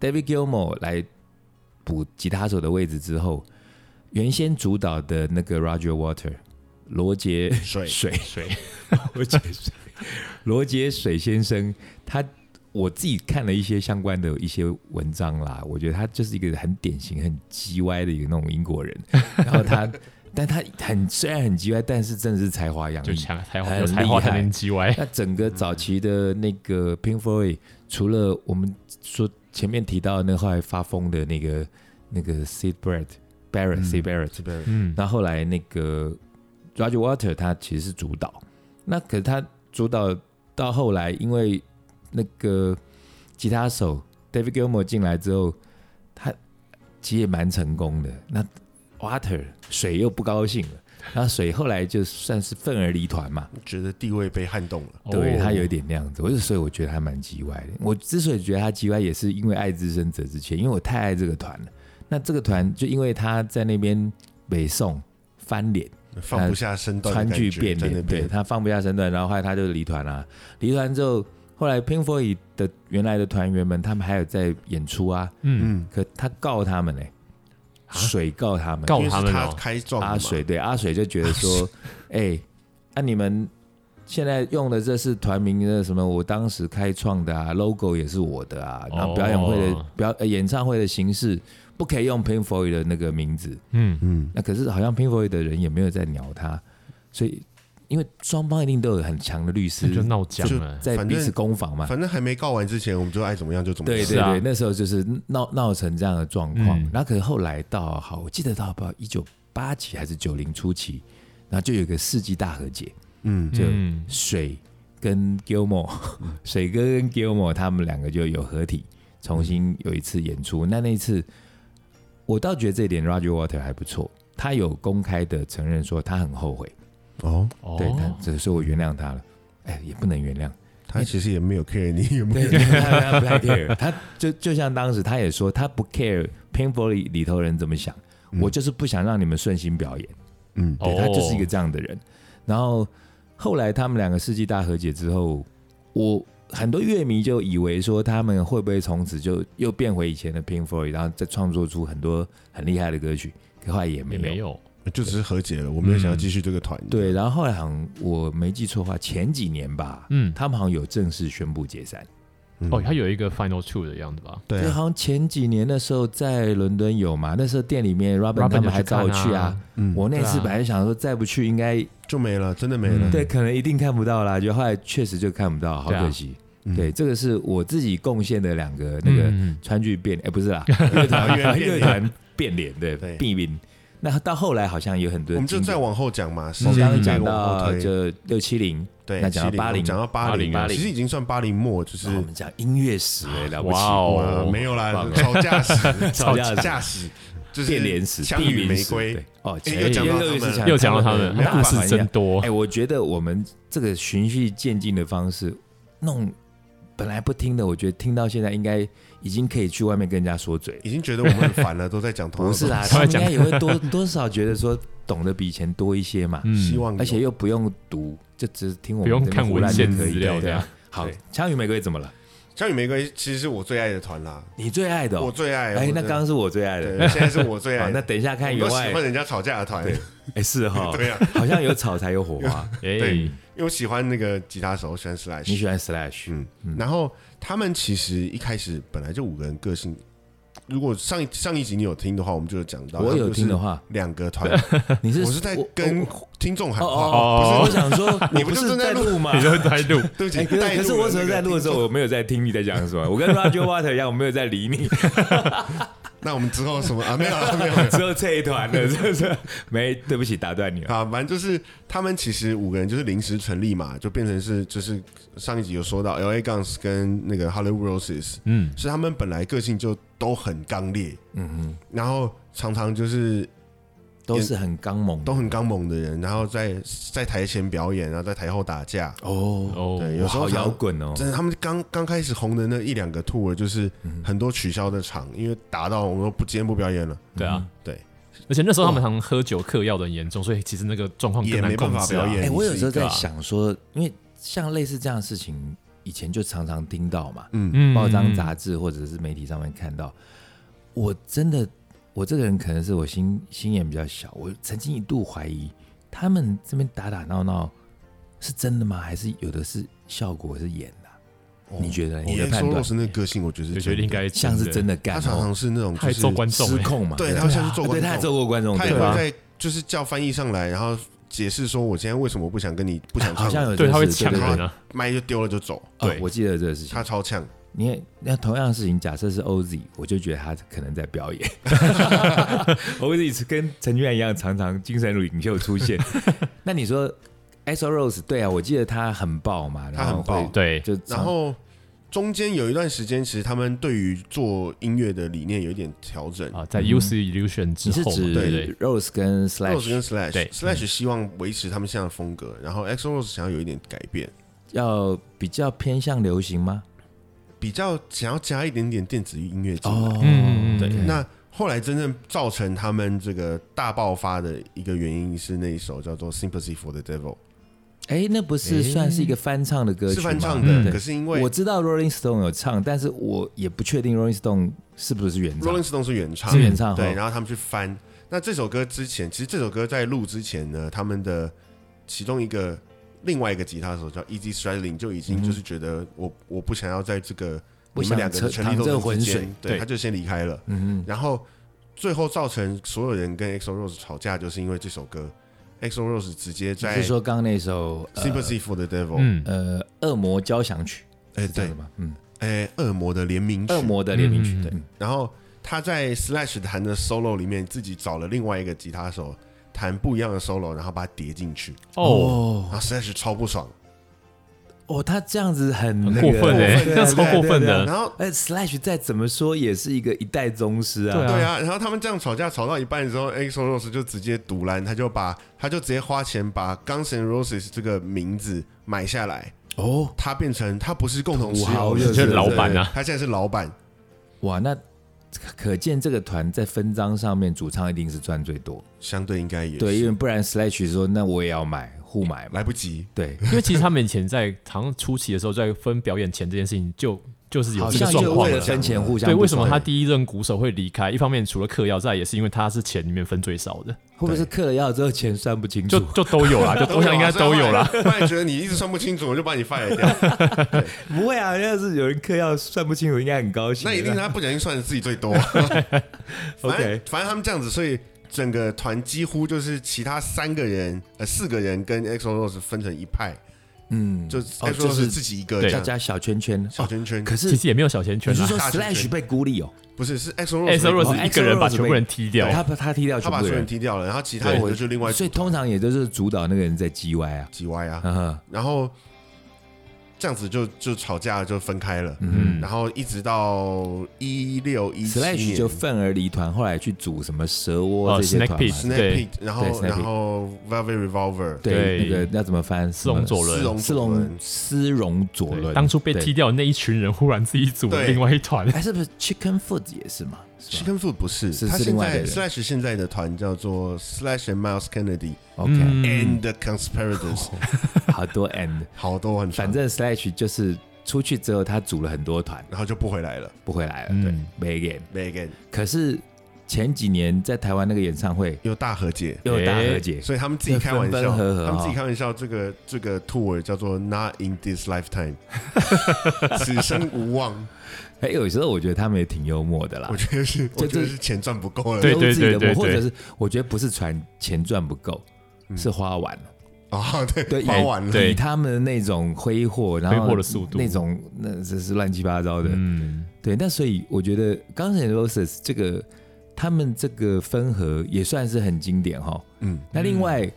[SPEAKER 2] ，David Gilmour 来补吉他手的位置之后，原先主导的那个 Roger Water 罗杰
[SPEAKER 1] 水
[SPEAKER 2] 水
[SPEAKER 3] 水，
[SPEAKER 2] 罗杰水罗杰水先生，他我自己看了一些相关的一些文章啦，我觉得他就是一个很典型、很叽歪的一个那种英国 人。然后他，但他很虽然很叽歪，但是真的是才华洋
[SPEAKER 3] 就
[SPEAKER 2] 溢。
[SPEAKER 3] 强才华
[SPEAKER 2] 很
[SPEAKER 3] 有才华
[SPEAKER 2] 厉害
[SPEAKER 3] 才能叽 歪，
[SPEAKER 2] 那整个早期的那个
[SPEAKER 3] 嗯
[SPEAKER 2] Pink Floyd，除了我们说前面提到的那个后来发疯的那个那个 Sid Barrett Barrett、
[SPEAKER 3] 嗯
[SPEAKER 2] Sid Barrett，
[SPEAKER 1] 这边
[SPEAKER 3] 嗯，
[SPEAKER 2] 那后来那个 Roger Water 他其实是主导，那可是他主导到后来，因为那个吉他手 David Gilmour 进来之后，他其实也蛮成功的。那 Water 水又不高兴了，那水后来就算是愤而离团嘛，
[SPEAKER 1] 觉得地位被撼动了，
[SPEAKER 2] 对
[SPEAKER 3] 哦
[SPEAKER 2] 他有一点那样子，我就所以我觉得他蛮叽歪的。我之所以觉得他叽歪，也是因为爱之深责之切，因为我太爱这个团了。那这个团就因为他在那边北宋翻脸，
[SPEAKER 1] 放不下身段的
[SPEAKER 2] 川
[SPEAKER 1] 感
[SPEAKER 2] 剧
[SPEAKER 1] 觉，
[SPEAKER 2] 呃变
[SPEAKER 1] 在那
[SPEAKER 2] 脸，对
[SPEAKER 1] 边，
[SPEAKER 2] 他放不下身段，然后后来他就离团啦、离团之后，后来 Pink Floyd 的原来的团员们，他们还有在演出啊，
[SPEAKER 3] 嗯，
[SPEAKER 1] 嗯，
[SPEAKER 2] 可他告他们呢、欸水告他们，
[SPEAKER 3] 告
[SPEAKER 1] 因为
[SPEAKER 3] 他
[SPEAKER 1] 是
[SPEAKER 3] 们
[SPEAKER 1] 他
[SPEAKER 3] 哦
[SPEAKER 1] 开撞的嘛
[SPEAKER 2] 阿水对阿水就觉得说，哎、那、你们现在用的这是团名的什么？我当时开创的啊，logo 也是我的啊，然后表演会的、
[SPEAKER 3] 哦
[SPEAKER 2] 表、呃演唱会的形式不可以用 Pink Floyd 的那个名字。
[SPEAKER 3] 嗯，
[SPEAKER 1] 嗯，
[SPEAKER 2] 那可是好像 Pink Floyd 的人也没有在鸟他，所以因为双方一定都有很强的律
[SPEAKER 3] 这就
[SPEAKER 2] 师
[SPEAKER 3] 闹僵了，
[SPEAKER 2] 在
[SPEAKER 1] 反
[SPEAKER 2] 彼
[SPEAKER 1] 正
[SPEAKER 2] 此攻防嘛。
[SPEAKER 1] 反正还没告完之前，我们就爱怎么样就怎么
[SPEAKER 2] 对
[SPEAKER 1] 样，
[SPEAKER 2] 对对，
[SPEAKER 3] 是啊
[SPEAKER 2] 那时候就是闹闹成这样的状况。
[SPEAKER 3] 嗯
[SPEAKER 2] 然后可是后来到好，我记得到不知道一九八几还是九零初期，然后就有一个世纪大和解，
[SPEAKER 1] 嗯，
[SPEAKER 2] 就
[SPEAKER 3] 嗯
[SPEAKER 2] 水跟 Gilmore，水 哥跟 Gilmore 他们两个就有合体，重新有一次演出。那那一次，我倒觉得这一点 Roger Water 还不错，他有公开的承认说他很后悔，
[SPEAKER 1] 哦，
[SPEAKER 3] 哦，
[SPEAKER 2] 对，他只是我原谅他了，哎，也不能原谅。
[SPEAKER 1] 他其实也没有 care 你有没
[SPEAKER 2] 对，
[SPEAKER 1] 有，
[SPEAKER 2] 他不太 care，他 就就像当时他也说，他不 care Painful 里里头人怎么想，
[SPEAKER 1] 嗯
[SPEAKER 2] 我就是不想让你们顺心表演，
[SPEAKER 1] 嗯，
[SPEAKER 2] 对他就是一个
[SPEAKER 3] 哦
[SPEAKER 2] 这样的人。然后后来他们两个世纪大和解之后，我很多乐迷就以为说他们会不会从此就又变回以前的 Pink Floyd，然后再创作出很多很厉害的歌曲，可后来也没
[SPEAKER 3] 也
[SPEAKER 2] 有。
[SPEAKER 3] 没有，
[SPEAKER 1] 就只是和解了，我没有想要继续这个团，
[SPEAKER 2] 对，然后后来好像我没记错的话，前几年吧，
[SPEAKER 3] 嗯，
[SPEAKER 2] 他们好像有正式宣布解散。
[SPEAKER 1] 嗯，
[SPEAKER 3] 哦，他有一个 final two 的样子吧？
[SPEAKER 1] 对
[SPEAKER 2] 就
[SPEAKER 1] 啊，
[SPEAKER 2] 好像前几年的时候在伦敦有嘛，那时候店里面 Robin
[SPEAKER 3] Robin
[SPEAKER 2] 他们
[SPEAKER 3] 有
[SPEAKER 2] 还
[SPEAKER 3] 去
[SPEAKER 2] 找我
[SPEAKER 3] 看啊
[SPEAKER 2] 去啊。
[SPEAKER 1] 嗯，
[SPEAKER 2] 我那次
[SPEAKER 3] 对啊
[SPEAKER 2] 本来想说再不去应该
[SPEAKER 1] 就没了，真的没了
[SPEAKER 3] 嗯，
[SPEAKER 2] 对，可能一定看不到啦，就后来确实就看不到，好
[SPEAKER 3] 对啊
[SPEAKER 2] 可惜。
[SPEAKER 1] 嗯
[SPEAKER 2] 对，，这个是我自己贡献的两个那个
[SPEAKER 3] 嗯
[SPEAKER 2] 川剧变，哎，不 是啦，
[SPEAKER 1] 乐团乐
[SPEAKER 2] 乐
[SPEAKER 1] 团，
[SPEAKER 2] 团变脸，对
[SPEAKER 1] 对，
[SPEAKER 2] 变脸。那到后来好像有很多
[SPEAKER 1] 我们就
[SPEAKER 2] 经典，
[SPEAKER 1] 再往后讲嘛，时
[SPEAKER 2] 我
[SPEAKER 1] 间
[SPEAKER 2] 们刚刚
[SPEAKER 1] 一直
[SPEAKER 2] 讲
[SPEAKER 1] 往后
[SPEAKER 2] 到
[SPEAKER 1] 推
[SPEAKER 2] 就六七零，
[SPEAKER 1] 对，
[SPEAKER 2] 那讲到
[SPEAKER 1] 70
[SPEAKER 2] 80
[SPEAKER 1] 讲到八零，
[SPEAKER 3] 80啊
[SPEAKER 1] 其实已经算八零末，就是
[SPEAKER 2] 然后我们讲音乐史哎，了不起，
[SPEAKER 3] 哇哦
[SPEAKER 1] 哇，没有啦
[SPEAKER 2] 棒，啊
[SPEAKER 1] 吵架时，
[SPEAKER 2] 吵架时
[SPEAKER 1] 架时，就是
[SPEAKER 2] 变脸史，
[SPEAKER 1] 枪
[SPEAKER 2] 地
[SPEAKER 1] 与
[SPEAKER 2] 名
[SPEAKER 1] 玫
[SPEAKER 2] 史
[SPEAKER 1] 瑰
[SPEAKER 2] 对，哦，
[SPEAKER 1] 哎
[SPEAKER 2] 前
[SPEAKER 1] 又讲到
[SPEAKER 2] 又
[SPEAKER 1] 他们
[SPEAKER 2] 是
[SPEAKER 3] 又讲到他们
[SPEAKER 1] 没，有
[SPEAKER 2] 大
[SPEAKER 3] 故
[SPEAKER 2] 团
[SPEAKER 3] 事
[SPEAKER 2] 一样
[SPEAKER 3] 真多
[SPEAKER 2] 哎、，我觉得我们这个循序渐进的方式，弄本来不听的，我觉得听到现在应该已经可以去外面跟人家说嘴了。
[SPEAKER 1] 已经觉得我们很烦了，都在讲同
[SPEAKER 2] 不
[SPEAKER 1] 样
[SPEAKER 2] 是
[SPEAKER 1] 的东
[SPEAKER 2] 啦，
[SPEAKER 1] 西，
[SPEAKER 2] 他们应
[SPEAKER 3] 讲
[SPEAKER 2] 该也会多多少觉得说懂得比以前多一些嘛，
[SPEAKER 3] 嗯
[SPEAKER 1] 希望有
[SPEAKER 2] 而且又不用读，就只听我们
[SPEAKER 3] 不用
[SPEAKER 2] 这边
[SPEAKER 3] 看
[SPEAKER 2] 胡
[SPEAKER 3] 文
[SPEAKER 2] 乱就
[SPEAKER 3] 献
[SPEAKER 2] 可以
[SPEAKER 3] 资料
[SPEAKER 2] 对
[SPEAKER 3] 这
[SPEAKER 2] 对
[SPEAKER 3] 样
[SPEAKER 2] 啊。好
[SPEAKER 1] 对，
[SPEAKER 2] 枪与玫瑰怎么了？
[SPEAKER 1] 枪与玫瑰其实是我最爱的团啦，
[SPEAKER 2] 你最爱的、
[SPEAKER 1] 我
[SPEAKER 2] 哦？
[SPEAKER 1] 最爱，
[SPEAKER 2] 哎、
[SPEAKER 1] 我
[SPEAKER 2] 那
[SPEAKER 1] 真的
[SPEAKER 2] 刚刚是我最爱的。
[SPEAKER 1] 对，现在是我最
[SPEAKER 2] 好
[SPEAKER 1] 爱，，
[SPEAKER 2] 那等一下看
[SPEAKER 1] 我
[SPEAKER 2] 员
[SPEAKER 1] 都
[SPEAKER 2] 外
[SPEAKER 1] 喜，欢人家吵架的团，
[SPEAKER 2] 哎、是哈、
[SPEAKER 1] 对啊，
[SPEAKER 2] 好像有草才有火花。
[SPEAKER 1] 对
[SPEAKER 3] 哎，
[SPEAKER 1] 因为我喜欢那个吉他手，我喜欢 Slash，
[SPEAKER 2] 你喜欢 Slash？
[SPEAKER 1] 嗯，然后他们其实一开始本来就五个人个性。如果上一上一集你有听的话，我们就有讲到，
[SPEAKER 2] 我有听的话，
[SPEAKER 1] 两个 团，
[SPEAKER 2] 你是
[SPEAKER 1] 我是在
[SPEAKER 2] 我
[SPEAKER 1] 跟听众喊
[SPEAKER 2] 哦
[SPEAKER 1] 话，
[SPEAKER 2] 哦，不是，我想说，
[SPEAKER 1] 你不
[SPEAKER 2] 我不
[SPEAKER 1] 就是正在
[SPEAKER 2] 在
[SPEAKER 1] 录
[SPEAKER 2] 录吗？
[SPEAKER 3] 你都在录，
[SPEAKER 1] 对不
[SPEAKER 2] 哎
[SPEAKER 1] 起，
[SPEAKER 2] 可
[SPEAKER 1] 带
[SPEAKER 2] 是可是
[SPEAKER 1] 入了
[SPEAKER 2] 我只
[SPEAKER 1] 那
[SPEAKER 2] 是
[SPEAKER 1] 个
[SPEAKER 2] 在录的时
[SPEAKER 1] 听
[SPEAKER 2] 候，我没有在听你在讲什么。我跟 Roger Water 一样，我没有在理你。
[SPEAKER 1] 那我们之后什么啊？没有啊没有。没有
[SPEAKER 2] 只有这一团的，这这没对不起，打断你哦了。
[SPEAKER 1] 啊，反正就是他们其实五个人就是临时成立嘛，就变成是就是上一集有说到 L A Guns 跟那个 Hollywood Roses，
[SPEAKER 3] 嗯，
[SPEAKER 1] 是他们本来个性就都很刚烈，
[SPEAKER 2] 嗯哼，
[SPEAKER 1] 然后常常就是
[SPEAKER 2] 都是很刚猛的
[SPEAKER 1] 都很刚猛的人，然后在在台前表演，然后在台后打架，
[SPEAKER 2] 哦，
[SPEAKER 3] 哦，
[SPEAKER 1] 对，有
[SPEAKER 2] 哇
[SPEAKER 1] 时候
[SPEAKER 2] 好
[SPEAKER 1] 常
[SPEAKER 2] 摇滚哦，
[SPEAKER 1] 真的，他们刚刚开始红的那一两个 tour，就是
[SPEAKER 2] 嗯
[SPEAKER 1] 很多取消的场，因为打到我们说不今天不表演了，
[SPEAKER 3] 对啊，
[SPEAKER 1] 对，
[SPEAKER 3] 而且那时候他们常喝酒嗑药的很严重，所以其实那个状况
[SPEAKER 1] 也
[SPEAKER 3] 更难
[SPEAKER 1] 没办
[SPEAKER 3] 控
[SPEAKER 1] 法
[SPEAKER 3] 制
[SPEAKER 1] 表
[SPEAKER 3] 啊。
[SPEAKER 1] 演
[SPEAKER 2] 哎、
[SPEAKER 1] 对
[SPEAKER 2] 我有时候
[SPEAKER 3] 对
[SPEAKER 2] 在
[SPEAKER 3] 啊
[SPEAKER 2] 想说，因为像类似这样的事情，以前就常常听到嘛，
[SPEAKER 1] 嗯，
[SPEAKER 3] 嗯
[SPEAKER 2] 报章杂志或者是媒体上面看到。我真的，我这个人可能是我心心眼比较小，我曾经一度怀疑他们这边打打闹闹是真的吗？还是有的是效果是演的啊、你觉得呢？你
[SPEAKER 1] 你
[SPEAKER 2] 的判
[SPEAKER 1] 哦说
[SPEAKER 2] 断
[SPEAKER 1] 若是那个个性，我觉得
[SPEAKER 3] 我
[SPEAKER 1] 是
[SPEAKER 3] 觉得应该
[SPEAKER 2] 像是真
[SPEAKER 3] 的，
[SPEAKER 2] 的干
[SPEAKER 1] 他
[SPEAKER 2] 哦，
[SPEAKER 1] 常常是那种
[SPEAKER 3] 他
[SPEAKER 1] 就
[SPEAKER 3] 还
[SPEAKER 1] 是
[SPEAKER 3] 揍观众
[SPEAKER 2] 失
[SPEAKER 3] 欸，
[SPEAKER 2] 控嘛？
[SPEAKER 1] 对
[SPEAKER 2] 不
[SPEAKER 1] 他下去揍
[SPEAKER 2] 啊对，
[SPEAKER 1] 观众
[SPEAKER 2] 他还揍过观众，
[SPEAKER 1] 他也
[SPEAKER 2] 对
[SPEAKER 1] 会
[SPEAKER 2] 吧？
[SPEAKER 1] 在就是叫翻译上来，然后解释说我今天为什么不想跟你不想
[SPEAKER 2] 好
[SPEAKER 1] 唱，
[SPEAKER 2] 像有这
[SPEAKER 3] 对，他会
[SPEAKER 2] 个事
[SPEAKER 3] 抢
[SPEAKER 2] 对对
[SPEAKER 3] 人
[SPEAKER 2] 对
[SPEAKER 3] 啊，
[SPEAKER 1] 麦就丢了就走，
[SPEAKER 2] 哦
[SPEAKER 3] 对
[SPEAKER 2] 我记得这个事情
[SPEAKER 1] 他。超呛。
[SPEAKER 2] 你也那同样的事情，假设是 OZ，我就觉得他可能在表演。OZ 是跟陈俊彦一样，常常精神领袖出现。那你说 S O Rose 对啊，我记得他很爆嘛，
[SPEAKER 1] 他很
[SPEAKER 2] 然后会
[SPEAKER 1] 爆
[SPEAKER 3] 对，
[SPEAKER 2] 就
[SPEAKER 1] 然后中间有一段时间，其实他们对于做音乐的理念有一点调整。
[SPEAKER 3] 啊，在
[SPEAKER 2] 嗯
[SPEAKER 3] U C Illusion 之
[SPEAKER 2] 你是
[SPEAKER 3] 后嘛，
[SPEAKER 2] 指
[SPEAKER 3] 对对，
[SPEAKER 1] 哦
[SPEAKER 2] Rose 跟
[SPEAKER 1] Rose 跟
[SPEAKER 2] Slash 嗯
[SPEAKER 1] Slash
[SPEAKER 3] 对
[SPEAKER 1] Slash 希望维持他们现在的风格，然后 XO Rose 想要有一点改变，
[SPEAKER 2] 要比较偏向流行吗？
[SPEAKER 1] 比较想要加一点点电子音乐进来。
[SPEAKER 2] 哦，
[SPEAKER 3] 嗯嗯嗯
[SPEAKER 1] 对，
[SPEAKER 3] 嗯
[SPEAKER 1] 那后来真正造成他们这个大爆发的一个原因是那一首叫做《Sympathy for the Devil
[SPEAKER 2] 哎，那不是
[SPEAKER 3] 诶
[SPEAKER 2] 算是一个翻唱的》，歌
[SPEAKER 1] 是
[SPEAKER 2] 曲吗
[SPEAKER 1] 翻唱的，
[SPEAKER 3] 嗯
[SPEAKER 2] 对
[SPEAKER 1] 可是因为
[SPEAKER 2] 我知道 Rolling Stone 有唱，但是我也不确定 Rolling Stone 是不是原唱
[SPEAKER 1] Rolling Stone 是原唱
[SPEAKER 2] 是，原唱哦哈
[SPEAKER 1] 对，然后他们去翻。那这首歌之前，其实这首歌在录之前呢，他们的其中一个另外一个吉他手叫 E.G. Stradlin 就已经就是觉得我我不想要在这个
[SPEAKER 2] 不
[SPEAKER 1] 你们
[SPEAKER 2] 想
[SPEAKER 1] 两个的
[SPEAKER 2] 扯
[SPEAKER 1] 权力斗
[SPEAKER 2] 淌这
[SPEAKER 1] 争
[SPEAKER 2] 浑
[SPEAKER 1] 之
[SPEAKER 2] 水
[SPEAKER 1] 间，对，
[SPEAKER 3] 对
[SPEAKER 1] 他就先离开了。
[SPEAKER 2] 嗯
[SPEAKER 1] 然后最后造成所有人跟 EXO Rose 吵架，就是因为这首歌，EXO Rose 直接
[SPEAKER 2] 哼，
[SPEAKER 1] 在
[SPEAKER 2] 你
[SPEAKER 1] 《
[SPEAKER 2] 是说刚刚那首呃
[SPEAKER 1] Sympathy for the Devil》
[SPEAKER 3] 嗯，
[SPEAKER 2] 呃恶魔交响曲，
[SPEAKER 1] 哎
[SPEAKER 2] 是这样
[SPEAKER 1] 对
[SPEAKER 2] 的，吗？嗯，
[SPEAKER 1] 哎恶魔的联名曲
[SPEAKER 2] 恶，魔的联名曲，
[SPEAKER 3] 嗯
[SPEAKER 2] 对，
[SPEAKER 1] 然后他在 Slash 弹的 solo 里面自己找了另外一个吉他手弹不一样的 solo，然后把它叠进去，
[SPEAKER 3] 哦，
[SPEAKER 1] 然
[SPEAKER 2] 哦
[SPEAKER 1] 后 Slash 超不爽，
[SPEAKER 2] 哦，他这样子很欸
[SPEAKER 3] 很
[SPEAKER 2] 那
[SPEAKER 3] 过
[SPEAKER 2] 个哦
[SPEAKER 3] 分哎，
[SPEAKER 1] 对
[SPEAKER 3] 这样超过分
[SPEAKER 2] 对啊
[SPEAKER 3] 的，
[SPEAKER 1] 然后。
[SPEAKER 2] 哎，Slash 再怎么说也是一个一代宗师啊，
[SPEAKER 3] 对
[SPEAKER 1] 对啊，然后他们这样吵架吵到一半的时候，EXO Rose 就直接堵拦，他就把他就直接花钱把 Guns N' Roses 这个名字买下来，
[SPEAKER 2] 哦，
[SPEAKER 1] 他变成他不是共同持
[SPEAKER 2] 土豪
[SPEAKER 1] 有
[SPEAKER 2] 就
[SPEAKER 1] 人，
[SPEAKER 2] 是
[SPEAKER 1] 对
[SPEAKER 2] 老
[SPEAKER 3] 板啊
[SPEAKER 1] 对他现在是老板，
[SPEAKER 2] 哇，那可见这个团在分章上面主唱一定是赚最多，
[SPEAKER 1] 相对应该也是
[SPEAKER 2] 对，因为不然 Slash 说那我也要买，互买嘛，
[SPEAKER 1] 来不及。
[SPEAKER 2] 对，
[SPEAKER 3] 因为其实他们以前在好像初期的时候，在分表演前这件事情就就是有
[SPEAKER 2] 好
[SPEAKER 3] 这个
[SPEAKER 2] 像
[SPEAKER 3] 状
[SPEAKER 2] 就
[SPEAKER 3] 况
[SPEAKER 2] 为
[SPEAKER 3] 了
[SPEAKER 2] 了分钱互相
[SPEAKER 3] 对，
[SPEAKER 2] 不
[SPEAKER 3] 为什么
[SPEAKER 2] 爽
[SPEAKER 3] 他第一任鼓手会离开？一方面除了嗑药，再来也是因为他是钱里面分最少的，
[SPEAKER 2] 会不会是嗑了药之后钱算不清
[SPEAKER 3] 就
[SPEAKER 2] 楚？
[SPEAKER 3] 就都有 啦，就我想应该都有啦。
[SPEAKER 1] 所以后来。后来觉得你一直算不清楚，我就把你 fire 掉。
[SPEAKER 2] 不会啊，要是有人嗑药算不清楚，应该很高兴。
[SPEAKER 1] 那一定是他不小心算的自己最 多。反正
[SPEAKER 2] OK
[SPEAKER 1] 反正他们这样子，所以整个团几乎就是其他三个人呃四个人跟 EXO Rose 分成一派，
[SPEAKER 2] 嗯，
[SPEAKER 1] 就
[SPEAKER 2] 哦
[SPEAKER 1] EXO
[SPEAKER 2] 就
[SPEAKER 1] Rose
[SPEAKER 2] 是
[SPEAKER 1] 自己一个
[SPEAKER 3] 对
[SPEAKER 1] 这
[SPEAKER 2] 大
[SPEAKER 1] 样
[SPEAKER 2] 家小圈圈，
[SPEAKER 1] 小圈圈
[SPEAKER 2] 哦。可是
[SPEAKER 3] 其实也没有小钱圈
[SPEAKER 2] 你是
[SPEAKER 3] 啦
[SPEAKER 2] 说
[SPEAKER 1] 大圈圈
[SPEAKER 2] Slash 被孤立哦？
[SPEAKER 1] 不是是 EXO
[SPEAKER 3] e
[SPEAKER 1] Rose，
[SPEAKER 3] x o
[SPEAKER 1] 被
[SPEAKER 3] Rose 一个人把
[SPEAKER 2] Axl 哎 Rose
[SPEAKER 3] 全部人踢掉，
[SPEAKER 2] 他他踢掉
[SPEAKER 1] 他
[SPEAKER 2] 全
[SPEAKER 1] 把
[SPEAKER 2] 部
[SPEAKER 1] 所有人
[SPEAKER 2] 人，
[SPEAKER 1] 踢掉了，然后其他人
[SPEAKER 2] 对
[SPEAKER 1] 就是另外
[SPEAKER 2] 所以通常也就是主导那个人在叽歪啊。
[SPEAKER 1] 几 Y 啊，
[SPEAKER 2] 嗯哼，
[SPEAKER 1] 然后这样子就就吵架就分开了，
[SPEAKER 2] 嗯
[SPEAKER 1] 然后一直到一六一七年
[SPEAKER 2] Slash 就愤而离团，后来去组什么蛇窝
[SPEAKER 3] 哦
[SPEAKER 2] 这些团
[SPEAKER 3] Snake
[SPEAKER 2] 嘛
[SPEAKER 3] Pit
[SPEAKER 1] Snake
[SPEAKER 3] 对
[SPEAKER 1] Pit，然
[SPEAKER 2] 对
[SPEAKER 1] 后
[SPEAKER 2] ，Snake
[SPEAKER 1] 然后 Velvet Revolver，
[SPEAKER 2] 对，那
[SPEAKER 3] 对
[SPEAKER 2] 个要怎么翻？
[SPEAKER 3] 四龙左
[SPEAKER 1] 四
[SPEAKER 3] 轮。
[SPEAKER 1] 龙
[SPEAKER 2] 丝
[SPEAKER 1] 左
[SPEAKER 2] 龙
[SPEAKER 1] 轮，
[SPEAKER 2] 丝绒左
[SPEAKER 3] 对，
[SPEAKER 2] 轮，
[SPEAKER 3] 当初被
[SPEAKER 2] 对
[SPEAKER 3] 踢。掉的那一群人，忽然自己组了
[SPEAKER 1] 对
[SPEAKER 3] 另外一团，
[SPEAKER 2] 哎，是不是 Chicken Foot 也是嘛？是吧
[SPEAKER 1] Chicken Foot 不是，
[SPEAKER 2] 是
[SPEAKER 1] 他
[SPEAKER 2] 是
[SPEAKER 1] 现
[SPEAKER 2] 另外的
[SPEAKER 1] 在
[SPEAKER 2] 人
[SPEAKER 1] Slash 现在的团叫做 Slash and Miles Kennedy
[SPEAKER 3] 嗯
[SPEAKER 2] ？OK，
[SPEAKER 1] and the Conspirators，
[SPEAKER 2] 好多 and，
[SPEAKER 1] 好多很长
[SPEAKER 2] 反正 Slash 就是出去之后，他组了很多团，
[SPEAKER 1] 然后就不回来了
[SPEAKER 2] 不回来了。对
[SPEAKER 3] 嗯，
[SPEAKER 2] 没 game。
[SPEAKER 1] ，They again
[SPEAKER 2] 可是前几年在台湾那个演唱会
[SPEAKER 1] 又大和解。
[SPEAKER 2] 又大和解，
[SPEAKER 1] 所以他们自己开玩
[SPEAKER 2] 分分
[SPEAKER 1] 笑，
[SPEAKER 2] 合合
[SPEAKER 1] 他们自己
[SPEAKER 2] 哦
[SPEAKER 1] 开玩笑，这个这个 tour 叫做 Not in this lifetime，此生无望。
[SPEAKER 2] 哎、有时候我觉得他们也挺幽默的啦
[SPEAKER 1] 我。觉得是，我
[SPEAKER 2] 这
[SPEAKER 1] 觉得是钱赚不够了。
[SPEAKER 3] 对
[SPEAKER 2] 优质的
[SPEAKER 3] 对对对
[SPEAKER 2] 我或
[SPEAKER 3] 对
[SPEAKER 2] 者是我觉得不是传钱赚不够，是花完了。
[SPEAKER 1] 啊，嗯对，
[SPEAKER 2] 对，
[SPEAKER 1] 花
[SPEAKER 2] 以
[SPEAKER 1] 完了，
[SPEAKER 3] 对
[SPEAKER 2] 以他们的那种挥霍，然后
[SPEAKER 3] 哎挥霍的速度
[SPEAKER 2] 那种那真是乱七八糟的。
[SPEAKER 3] 嗯，
[SPEAKER 2] 对，那所以我觉得《Guns N' Roses》这个他们这个分合也算是很经典哈。
[SPEAKER 1] 嗯，
[SPEAKER 2] 那另外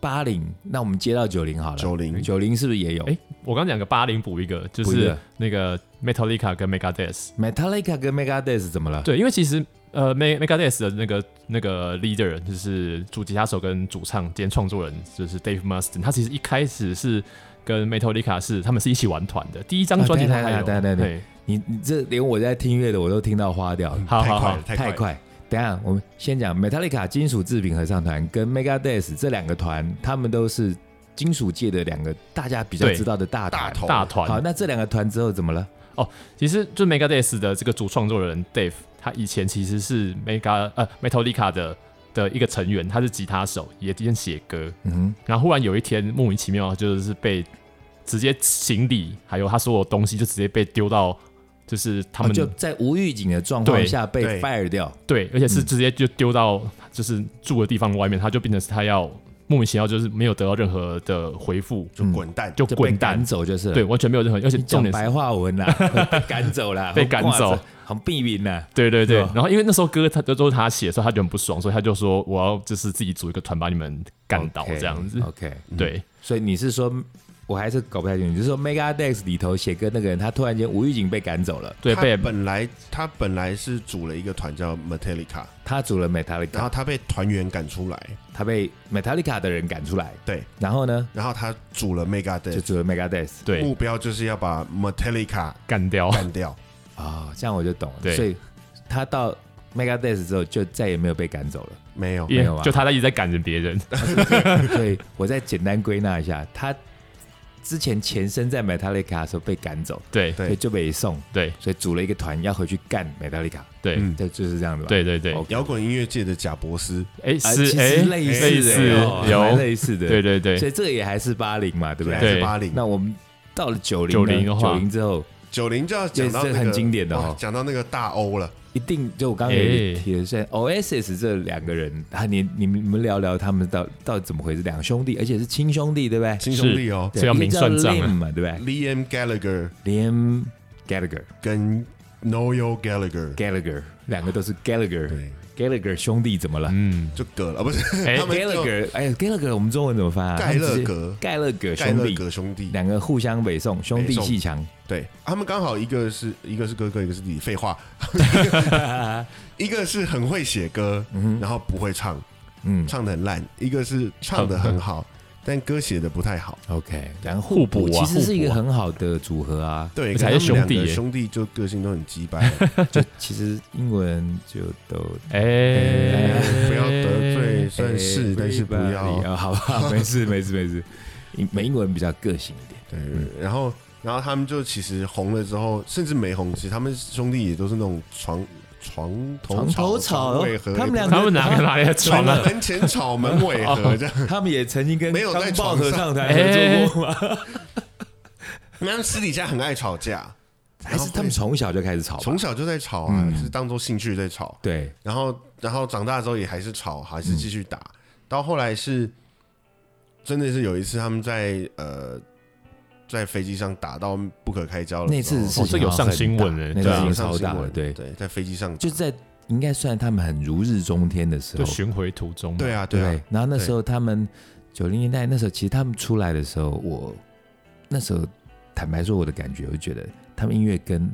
[SPEAKER 2] 八零、那我们接到九零好了，
[SPEAKER 1] 九零
[SPEAKER 2] 九零是不是也有？
[SPEAKER 3] 哎我刚讲个八零补一个，就
[SPEAKER 2] 补一
[SPEAKER 3] 是
[SPEAKER 2] 个
[SPEAKER 3] 那个 Metallica 跟 Megadeth。
[SPEAKER 2] Metallica 跟 Megadeth 怎么了？
[SPEAKER 3] 对，因为其实呃，Me- Megadeth 的那个那个 leader 就是主吉他手跟主唱兼创作人，就是 Dave Mustaine，他其实一开始是跟 Metallica 是他们是一起玩团的，第一张
[SPEAKER 2] 啊
[SPEAKER 3] 专辑
[SPEAKER 2] 等
[SPEAKER 3] 他
[SPEAKER 2] 一下
[SPEAKER 3] 还有
[SPEAKER 2] 等一下等一下
[SPEAKER 3] 对，
[SPEAKER 2] 你你这连我在听音乐的我都听到花掉了，
[SPEAKER 3] 好
[SPEAKER 1] 太
[SPEAKER 3] 好
[SPEAKER 1] 快
[SPEAKER 3] 好
[SPEAKER 1] 了，，
[SPEAKER 2] 太
[SPEAKER 1] 快了，
[SPEAKER 2] 等一下我们先讲 Metallica 金属制品合唱团跟
[SPEAKER 3] 嗯
[SPEAKER 2] Megadeth 这两个团，他们都是金属界的两个大家比较
[SPEAKER 3] 对
[SPEAKER 2] 知道的大
[SPEAKER 1] 大
[SPEAKER 2] 团。
[SPEAKER 1] 头
[SPEAKER 3] 大
[SPEAKER 2] 好，
[SPEAKER 3] 团。
[SPEAKER 2] 那这两个团之后怎么了？
[SPEAKER 3] 其实就 Megadeth 的这个主创作人 Dave，他以前其实是 Mega 呃 Metallica 的的一个成员，他是吉他手，也兼写歌。
[SPEAKER 2] 嗯哼。
[SPEAKER 3] 然后忽然有一天，莫名其妙就是被直接行李还有他所有东西就直接被丢到，就是他们、
[SPEAKER 2] 哦就在无预警的状况
[SPEAKER 3] 对
[SPEAKER 2] 下被
[SPEAKER 1] 对
[SPEAKER 2] fire 掉，
[SPEAKER 3] 对，而且是
[SPEAKER 2] 嗯
[SPEAKER 3] 直接就丢到就是住的地方外面，他就变成是他要莫名其妙就是没有得到任何的回复，
[SPEAKER 1] 就滚蛋，
[SPEAKER 3] 就
[SPEAKER 2] 嗯就被
[SPEAKER 3] 滚
[SPEAKER 2] 赶
[SPEAKER 3] 蛋，
[SPEAKER 2] 走就是了。
[SPEAKER 3] 对，，完全没有任何，而且
[SPEAKER 2] 你
[SPEAKER 3] 重
[SPEAKER 2] 讲
[SPEAKER 3] 点是
[SPEAKER 2] 白话文啦，啊 被赶走啦，
[SPEAKER 3] 被赶走，
[SPEAKER 2] 很避免啊啦。
[SPEAKER 3] 对对对
[SPEAKER 2] 是吧，
[SPEAKER 3] 然后因为那时候歌他都都是他写，所以他就很不爽，所以他就说我要就是自己组一个团把你们干倒
[SPEAKER 2] OK，哦嗯
[SPEAKER 3] 这样子。
[SPEAKER 2] OK，
[SPEAKER 3] 对
[SPEAKER 2] 所以你是说，我还是搞不太清楚，你是说 Megadex 里头写歌那个人，他突然间无预警被赶走了，
[SPEAKER 3] 对，
[SPEAKER 1] 他
[SPEAKER 3] 被
[SPEAKER 1] 本来他本来是组了一个团叫 Metallica，
[SPEAKER 2] 他组了
[SPEAKER 1] 然后
[SPEAKER 2] Metallica，
[SPEAKER 1] 他被团员赶出来，
[SPEAKER 2] 他被 Metallica 的人赶出来，
[SPEAKER 1] 对，
[SPEAKER 2] 然后呢，
[SPEAKER 1] 然后他组了
[SPEAKER 2] 就
[SPEAKER 1] Megadeth，
[SPEAKER 2] 组了 Megadex
[SPEAKER 3] 对
[SPEAKER 1] 目标就是要把 Metallica
[SPEAKER 3] 干掉，
[SPEAKER 1] 干掉。
[SPEAKER 2] 啊，这样我就懂了。
[SPEAKER 3] 对
[SPEAKER 2] 所以他到 Megadeth 之后，就再也没有被赶走了。
[SPEAKER 1] 没有，
[SPEAKER 3] 因
[SPEAKER 2] 没有啊
[SPEAKER 3] 为就他在一直在赶着别人。
[SPEAKER 2] 所以我再简单归纳一下，他之前前身在 Metallica 的时候被赶走，
[SPEAKER 3] 对
[SPEAKER 1] 对
[SPEAKER 2] 所以就被送，
[SPEAKER 3] 对
[SPEAKER 2] 所以组了一个团要回去干 Metallica，
[SPEAKER 3] 对
[SPEAKER 1] 嗯哦
[SPEAKER 2] 这就是这样子吧？
[SPEAKER 3] 对对对，
[SPEAKER 2] OK
[SPEAKER 1] 摇滚音乐界的贾伯斯，
[SPEAKER 3] 哎
[SPEAKER 2] 啊，
[SPEAKER 3] 是
[SPEAKER 2] 其
[SPEAKER 3] 哎
[SPEAKER 2] 实类似
[SPEAKER 3] 类似
[SPEAKER 2] 的哦
[SPEAKER 3] 有
[SPEAKER 2] 蛮类似的，
[SPEAKER 3] 对
[SPEAKER 2] 所
[SPEAKER 3] 对对
[SPEAKER 2] 以这个也还是八零嘛，对不
[SPEAKER 3] 对
[SPEAKER 2] 对？
[SPEAKER 1] 八零，
[SPEAKER 2] 那我们到了九零，
[SPEAKER 3] 90的话
[SPEAKER 2] 九零之后
[SPEAKER 1] 九零就要讲到
[SPEAKER 2] 这
[SPEAKER 1] 那
[SPEAKER 2] 是
[SPEAKER 1] 个
[SPEAKER 2] 很经典的哦
[SPEAKER 1] 哇讲到那个大欧了，
[SPEAKER 2] 一定就我刚刚
[SPEAKER 3] 哎
[SPEAKER 2] 也提了，现在 Oasis 这两个人，啊，你你们你们聊聊他们到到底怎么回事？两兄弟，而且是亲兄弟，对不对？
[SPEAKER 1] 亲兄弟哦
[SPEAKER 3] 所以要明算账啊
[SPEAKER 2] 一个叫 Liam 嘛，对不对
[SPEAKER 1] ，Liam Gallagher
[SPEAKER 2] ？Liam Gallagher。
[SPEAKER 1] 跟 Noel Gallagher，
[SPEAKER 2] Gallagher，两个都是 Gallagher，Gallagher
[SPEAKER 1] 对，
[SPEAKER 2] 兄弟怎么了？
[SPEAKER 3] 嗯，
[SPEAKER 1] 就葛了，不是
[SPEAKER 3] 哎
[SPEAKER 1] 他们就
[SPEAKER 2] Gallagher，哎呀，Gallagher，我们中文怎么发啊？
[SPEAKER 1] 盖勒
[SPEAKER 2] 他们
[SPEAKER 1] 格
[SPEAKER 2] 直接盖勒格
[SPEAKER 1] 盖
[SPEAKER 2] 兄
[SPEAKER 1] 勒
[SPEAKER 2] 弟，
[SPEAKER 1] 格兄弟，
[SPEAKER 2] 两个互相北送，兄弟
[SPEAKER 1] 北送
[SPEAKER 2] 戏强。
[SPEAKER 1] 对他们刚好一个是一个是哥哥，一个是弟弟，废 话，一个是很会写歌，然后不会唱，
[SPEAKER 2] 嗯
[SPEAKER 1] 唱的很烂；一个是唱的很 好，但歌写的不太好。
[SPEAKER 2] ，OK，然后
[SPEAKER 3] 互补
[SPEAKER 2] 其
[SPEAKER 3] 啊
[SPEAKER 2] 实是一
[SPEAKER 3] 互
[SPEAKER 2] 个
[SPEAKER 3] 补啊
[SPEAKER 2] 很好的组合啊。
[SPEAKER 1] 对，
[SPEAKER 3] 而且还是
[SPEAKER 1] 可能他们
[SPEAKER 3] 兄弟
[SPEAKER 1] 两个
[SPEAKER 3] 耶
[SPEAKER 1] 兄弟就个性都很鸡掰，
[SPEAKER 2] 其实英文就都
[SPEAKER 3] 哎
[SPEAKER 1] 哎，不要得罪，虽 然是，
[SPEAKER 2] Everybody，
[SPEAKER 1] 但是不要
[SPEAKER 2] 啊，好 吧，没事没事没事，英美英文比较个性一点。
[SPEAKER 1] 对。然后，然后他们就其实红了之后，甚至没红，其实他们兄弟也都是那种床床头
[SPEAKER 2] 床
[SPEAKER 1] 吵，
[SPEAKER 2] 头吵
[SPEAKER 1] 床尾和，
[SPEAKER 2] 他们两个
[SPEAKER 3] 他们哪个哪里的床啊？
[SPEAKER 1] 门前吵，门尾 和这样。
[SPEAKER 2] 他们也曾经跟
[SPEAKER 1] 没有在
[SPEAKER 2] 钢炮
[SPEAKER 1] 床
[SPEAKER 2] 合
[SPEAKER 1] 上
[SPEAKER 2] 唱团
[SPEAKER 3] 哎
[SPEAKER 2] 合作过吗？
[SPEAKER 1] 他们私底下很爱吵架，
[SPEAKER 2] 还是他们从小就开始吵吧？
[SPEAKER 1] 哎从小就在吵啊，
[SPEAKER 3] 嗯
[SPEAKER 1] 就是当做兴趣在吵。
[SPEAKER 2] 对，
[SPEAKER 1] 然后，然后长大之后也还是吵，还
[SPEAKER 2] 嗯
[SPEAKER 1] 是继续打。到后来是，真的是有一次他们在呃在飞机上打到不可开交了之后。
[SPEAKER 2] 那次事
[SPEAKER 3] 哦这
[SPEAKER 2] 情
[SPEAKER 3] 有
[SPEAKER 2] 好像
[SPEAKER 3] 上
[SPEAKER 2] 很
[SPEAKER 3] 新
[SPEAKER 2] 大
[SPEAKER 3] 闻欸
[SPEAKER 2] 那
[SPEAKER 1] 对
[SPEAKER 2] 次
[SPEAKER 1] 啊
[SPEAKER 2] 事情
[SPEAKER 1] 上
[SPEAKER 2] 超
[SPEAKER 1] 新
[SPEAKER 2] 大的，
[SPEAKER 1] 闻
[SPEAKER 2] 对，
[SPEAKER 1] 对，在飞机上
[SPEAKER 2] 就在应该算他们很如日中天的时候
[SPEAKER 3] 就，巡回途中嘛，
[SPEAKER 1] 对啊，
[SPEAKER 2] 哦对
[SPEAKER 1] 对啊，
[SPEAKER 2] 然后那时候他们九零年代那时候，其实他们出来的时候，我那时候坦白说我的感觉，我就觉得他们音乐跟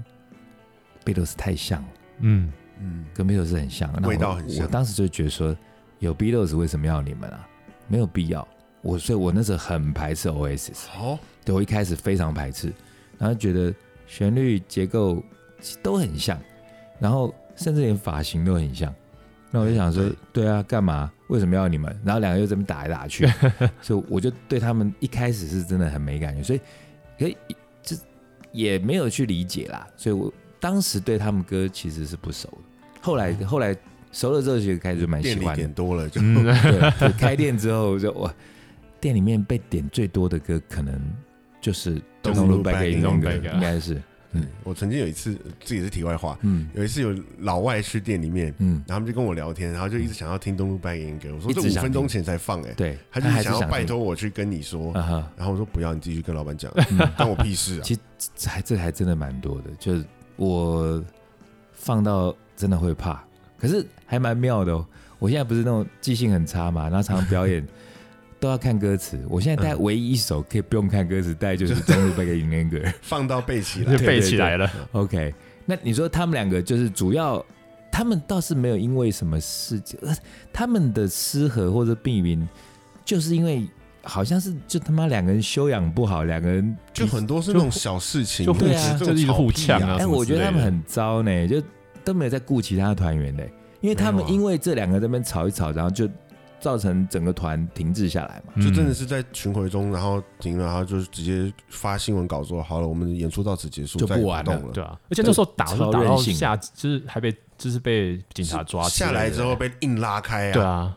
[SPEAKER 2] 贝多斯太像了，
[SPEAKER 3] 嗯，
[SPEAKER 1] 嗯，
[SPEAKER 2] 跟贝多斯很像，那我
[SPEAKER 1] 味道很像
[SPEAKER 2] 我当时就觉得说，有 b e a t l e s 为什么要你们啊？没有必要。我所以，我那时候很排斥 Oasis。
[SPEAKER 1] 哦，
[SPEAKER 2] 对我一开始非常排斥，然后觉得旋律结构都很像，然后甚至连发型都很像。那我就想说，
[SPEAKER 1] 哎
[SPEAKER 2] 对啊，干嘛？为什么要你们？然后两个又这么打来 打去，所以我就对他们一开始是真的很没感觉，所以可以这也没有去理解啦。所以我当时对他们歌其实是不熟的，后来后来熟了之后就开始就蛮喜
[SPEAKER 1] 嗯店里
[SPEAKER 2] 欢的
[SPEAKER 1] 点。多了就
[SPEAKER 3] 嗯，
[SPEAKER 2] 对，对 开店之后就哇，店里面被点最多的歌可能就是《
[SPEAKER 1] Don't
[SPEAKER 2] Don't Look
[SPEAKER 1] Look
[SPEAKER 2] Back
[SPEAKER 1] Back 啊
[SPEAKER 2] in
[SPEAKER 1] in
[SPEAKER 2] Anger
[SPEAKER 3] Anger
[SPEAKER 2] 应该是
[SPEAKER 1] 对 我曾经有一次，这也是题外话，
[SPEAKER 2] 嗯
[SPEAKER 1] 有一次有老外去店里面，
[SPEAKER 2] 嗯，
[SPEAKER 1] 然后他们就跟我聊天，然后就一直想要听《东路拜演歌》，我说
[SPEAKER 2] 一直
[SPEAKER 1] 这五
[SPEAKER 2] 想
[SPEAKER 1] 分钟
[SPEAKER 2] 听
[SPEAKER 1] 前才放哎、欸
[SPEAKER 2] 对，
[SPEAKER 1] 他就
[SPEAKER 2] 还
[SPEAKER 1] 是
[SPEAKER 2] 是
[SPEAKER 1] 想要
[SPEAKER 2] 听
[SPEAKER 1] 拜托我去跟你说，
[SPEAKER 2] 啊哈。
[SPEAKER 1] 然后我说不要，你继续跟老板讲，
[SPEAKER 2] 嗯
[SPEAKER 1] 关我屁事啊！
[SPEAKER 2] 其这还这还真的蛮多的，就是我放到真的会怕，可是还蛮妙的哦。我现在不是那种记性很差嘛，然后常常表 演都要看歌词。我现在大概
[SPEAKER 1] 嗯
[SPEAKER 2] 唯一一首可以不用看歌词，大概就是《中路贝克演那个。
[SPEAKER 1] 放到背起来
[SPEAKER 3] 就，背起来了。
[SPEAKER 2] OK，那你说他们两个就是主要，他们倒是没有因为什么事情，呃他们的失和或者避名，就是因为好像是就他妈两个人修养不好，两个人
[SPEAKER 1] 就很多是那种小事情，
[SPEAKER 3] 就
[SPEAKER 2] 互
[SPEAKER 1] 这种
[SPEAKER 3] 就是一直互呛
[SPEAKER 1] 草屁
[SPEAKER 3] 啊
[SPEAKER 2] 哎、
[SPEAKER 3] 什么
[SPEAKER 2] 我
[SPEAKER 3] 之
[SPEAKER 2] 觉得他
[SPEAKER 3] 类
[SPEAKER 2] 们
[SPEAKER 3] 的
[SPEAKER 2] 很糟呢，就都没有在顾其他团员呢，因为他
[SPEAKER 1] 没
[SPEAKER 2] 们
[SPEAKER 1] 有啊
[SPEAKER 2] 因为这两个这边吵一吵，然后就造成整个团停滞下来嘛。
[SPEAKER 1] 就真的
[SPEAKER 3] 是
[SPEAKER 1] 是在巡回中，然后停了，然后就是直接发新闻稿说好了，我们演出到此结束，
[SPEAKER 2] 就
[SPEAKER 1] 再也
[SPEAKER 2] 不玩了
[SPEAKER 1] 动了。
[SPEAKER 3] 对啊，而且那时候打是
[SPEAKER 2] 超
[SPEAKER 3] 打
[SPEAKER 2] 任
[SPEAKER 3] 到
[SPEAKER 2] 性
[SPEAKER 3] 下，就是还被就是被警察抓
[SPEAKER 1] 下来之
[SPEAKER 3] 后，
[SPEAKER 1] 后被硬拉开啊，
[SPEAKER 3] 对啊，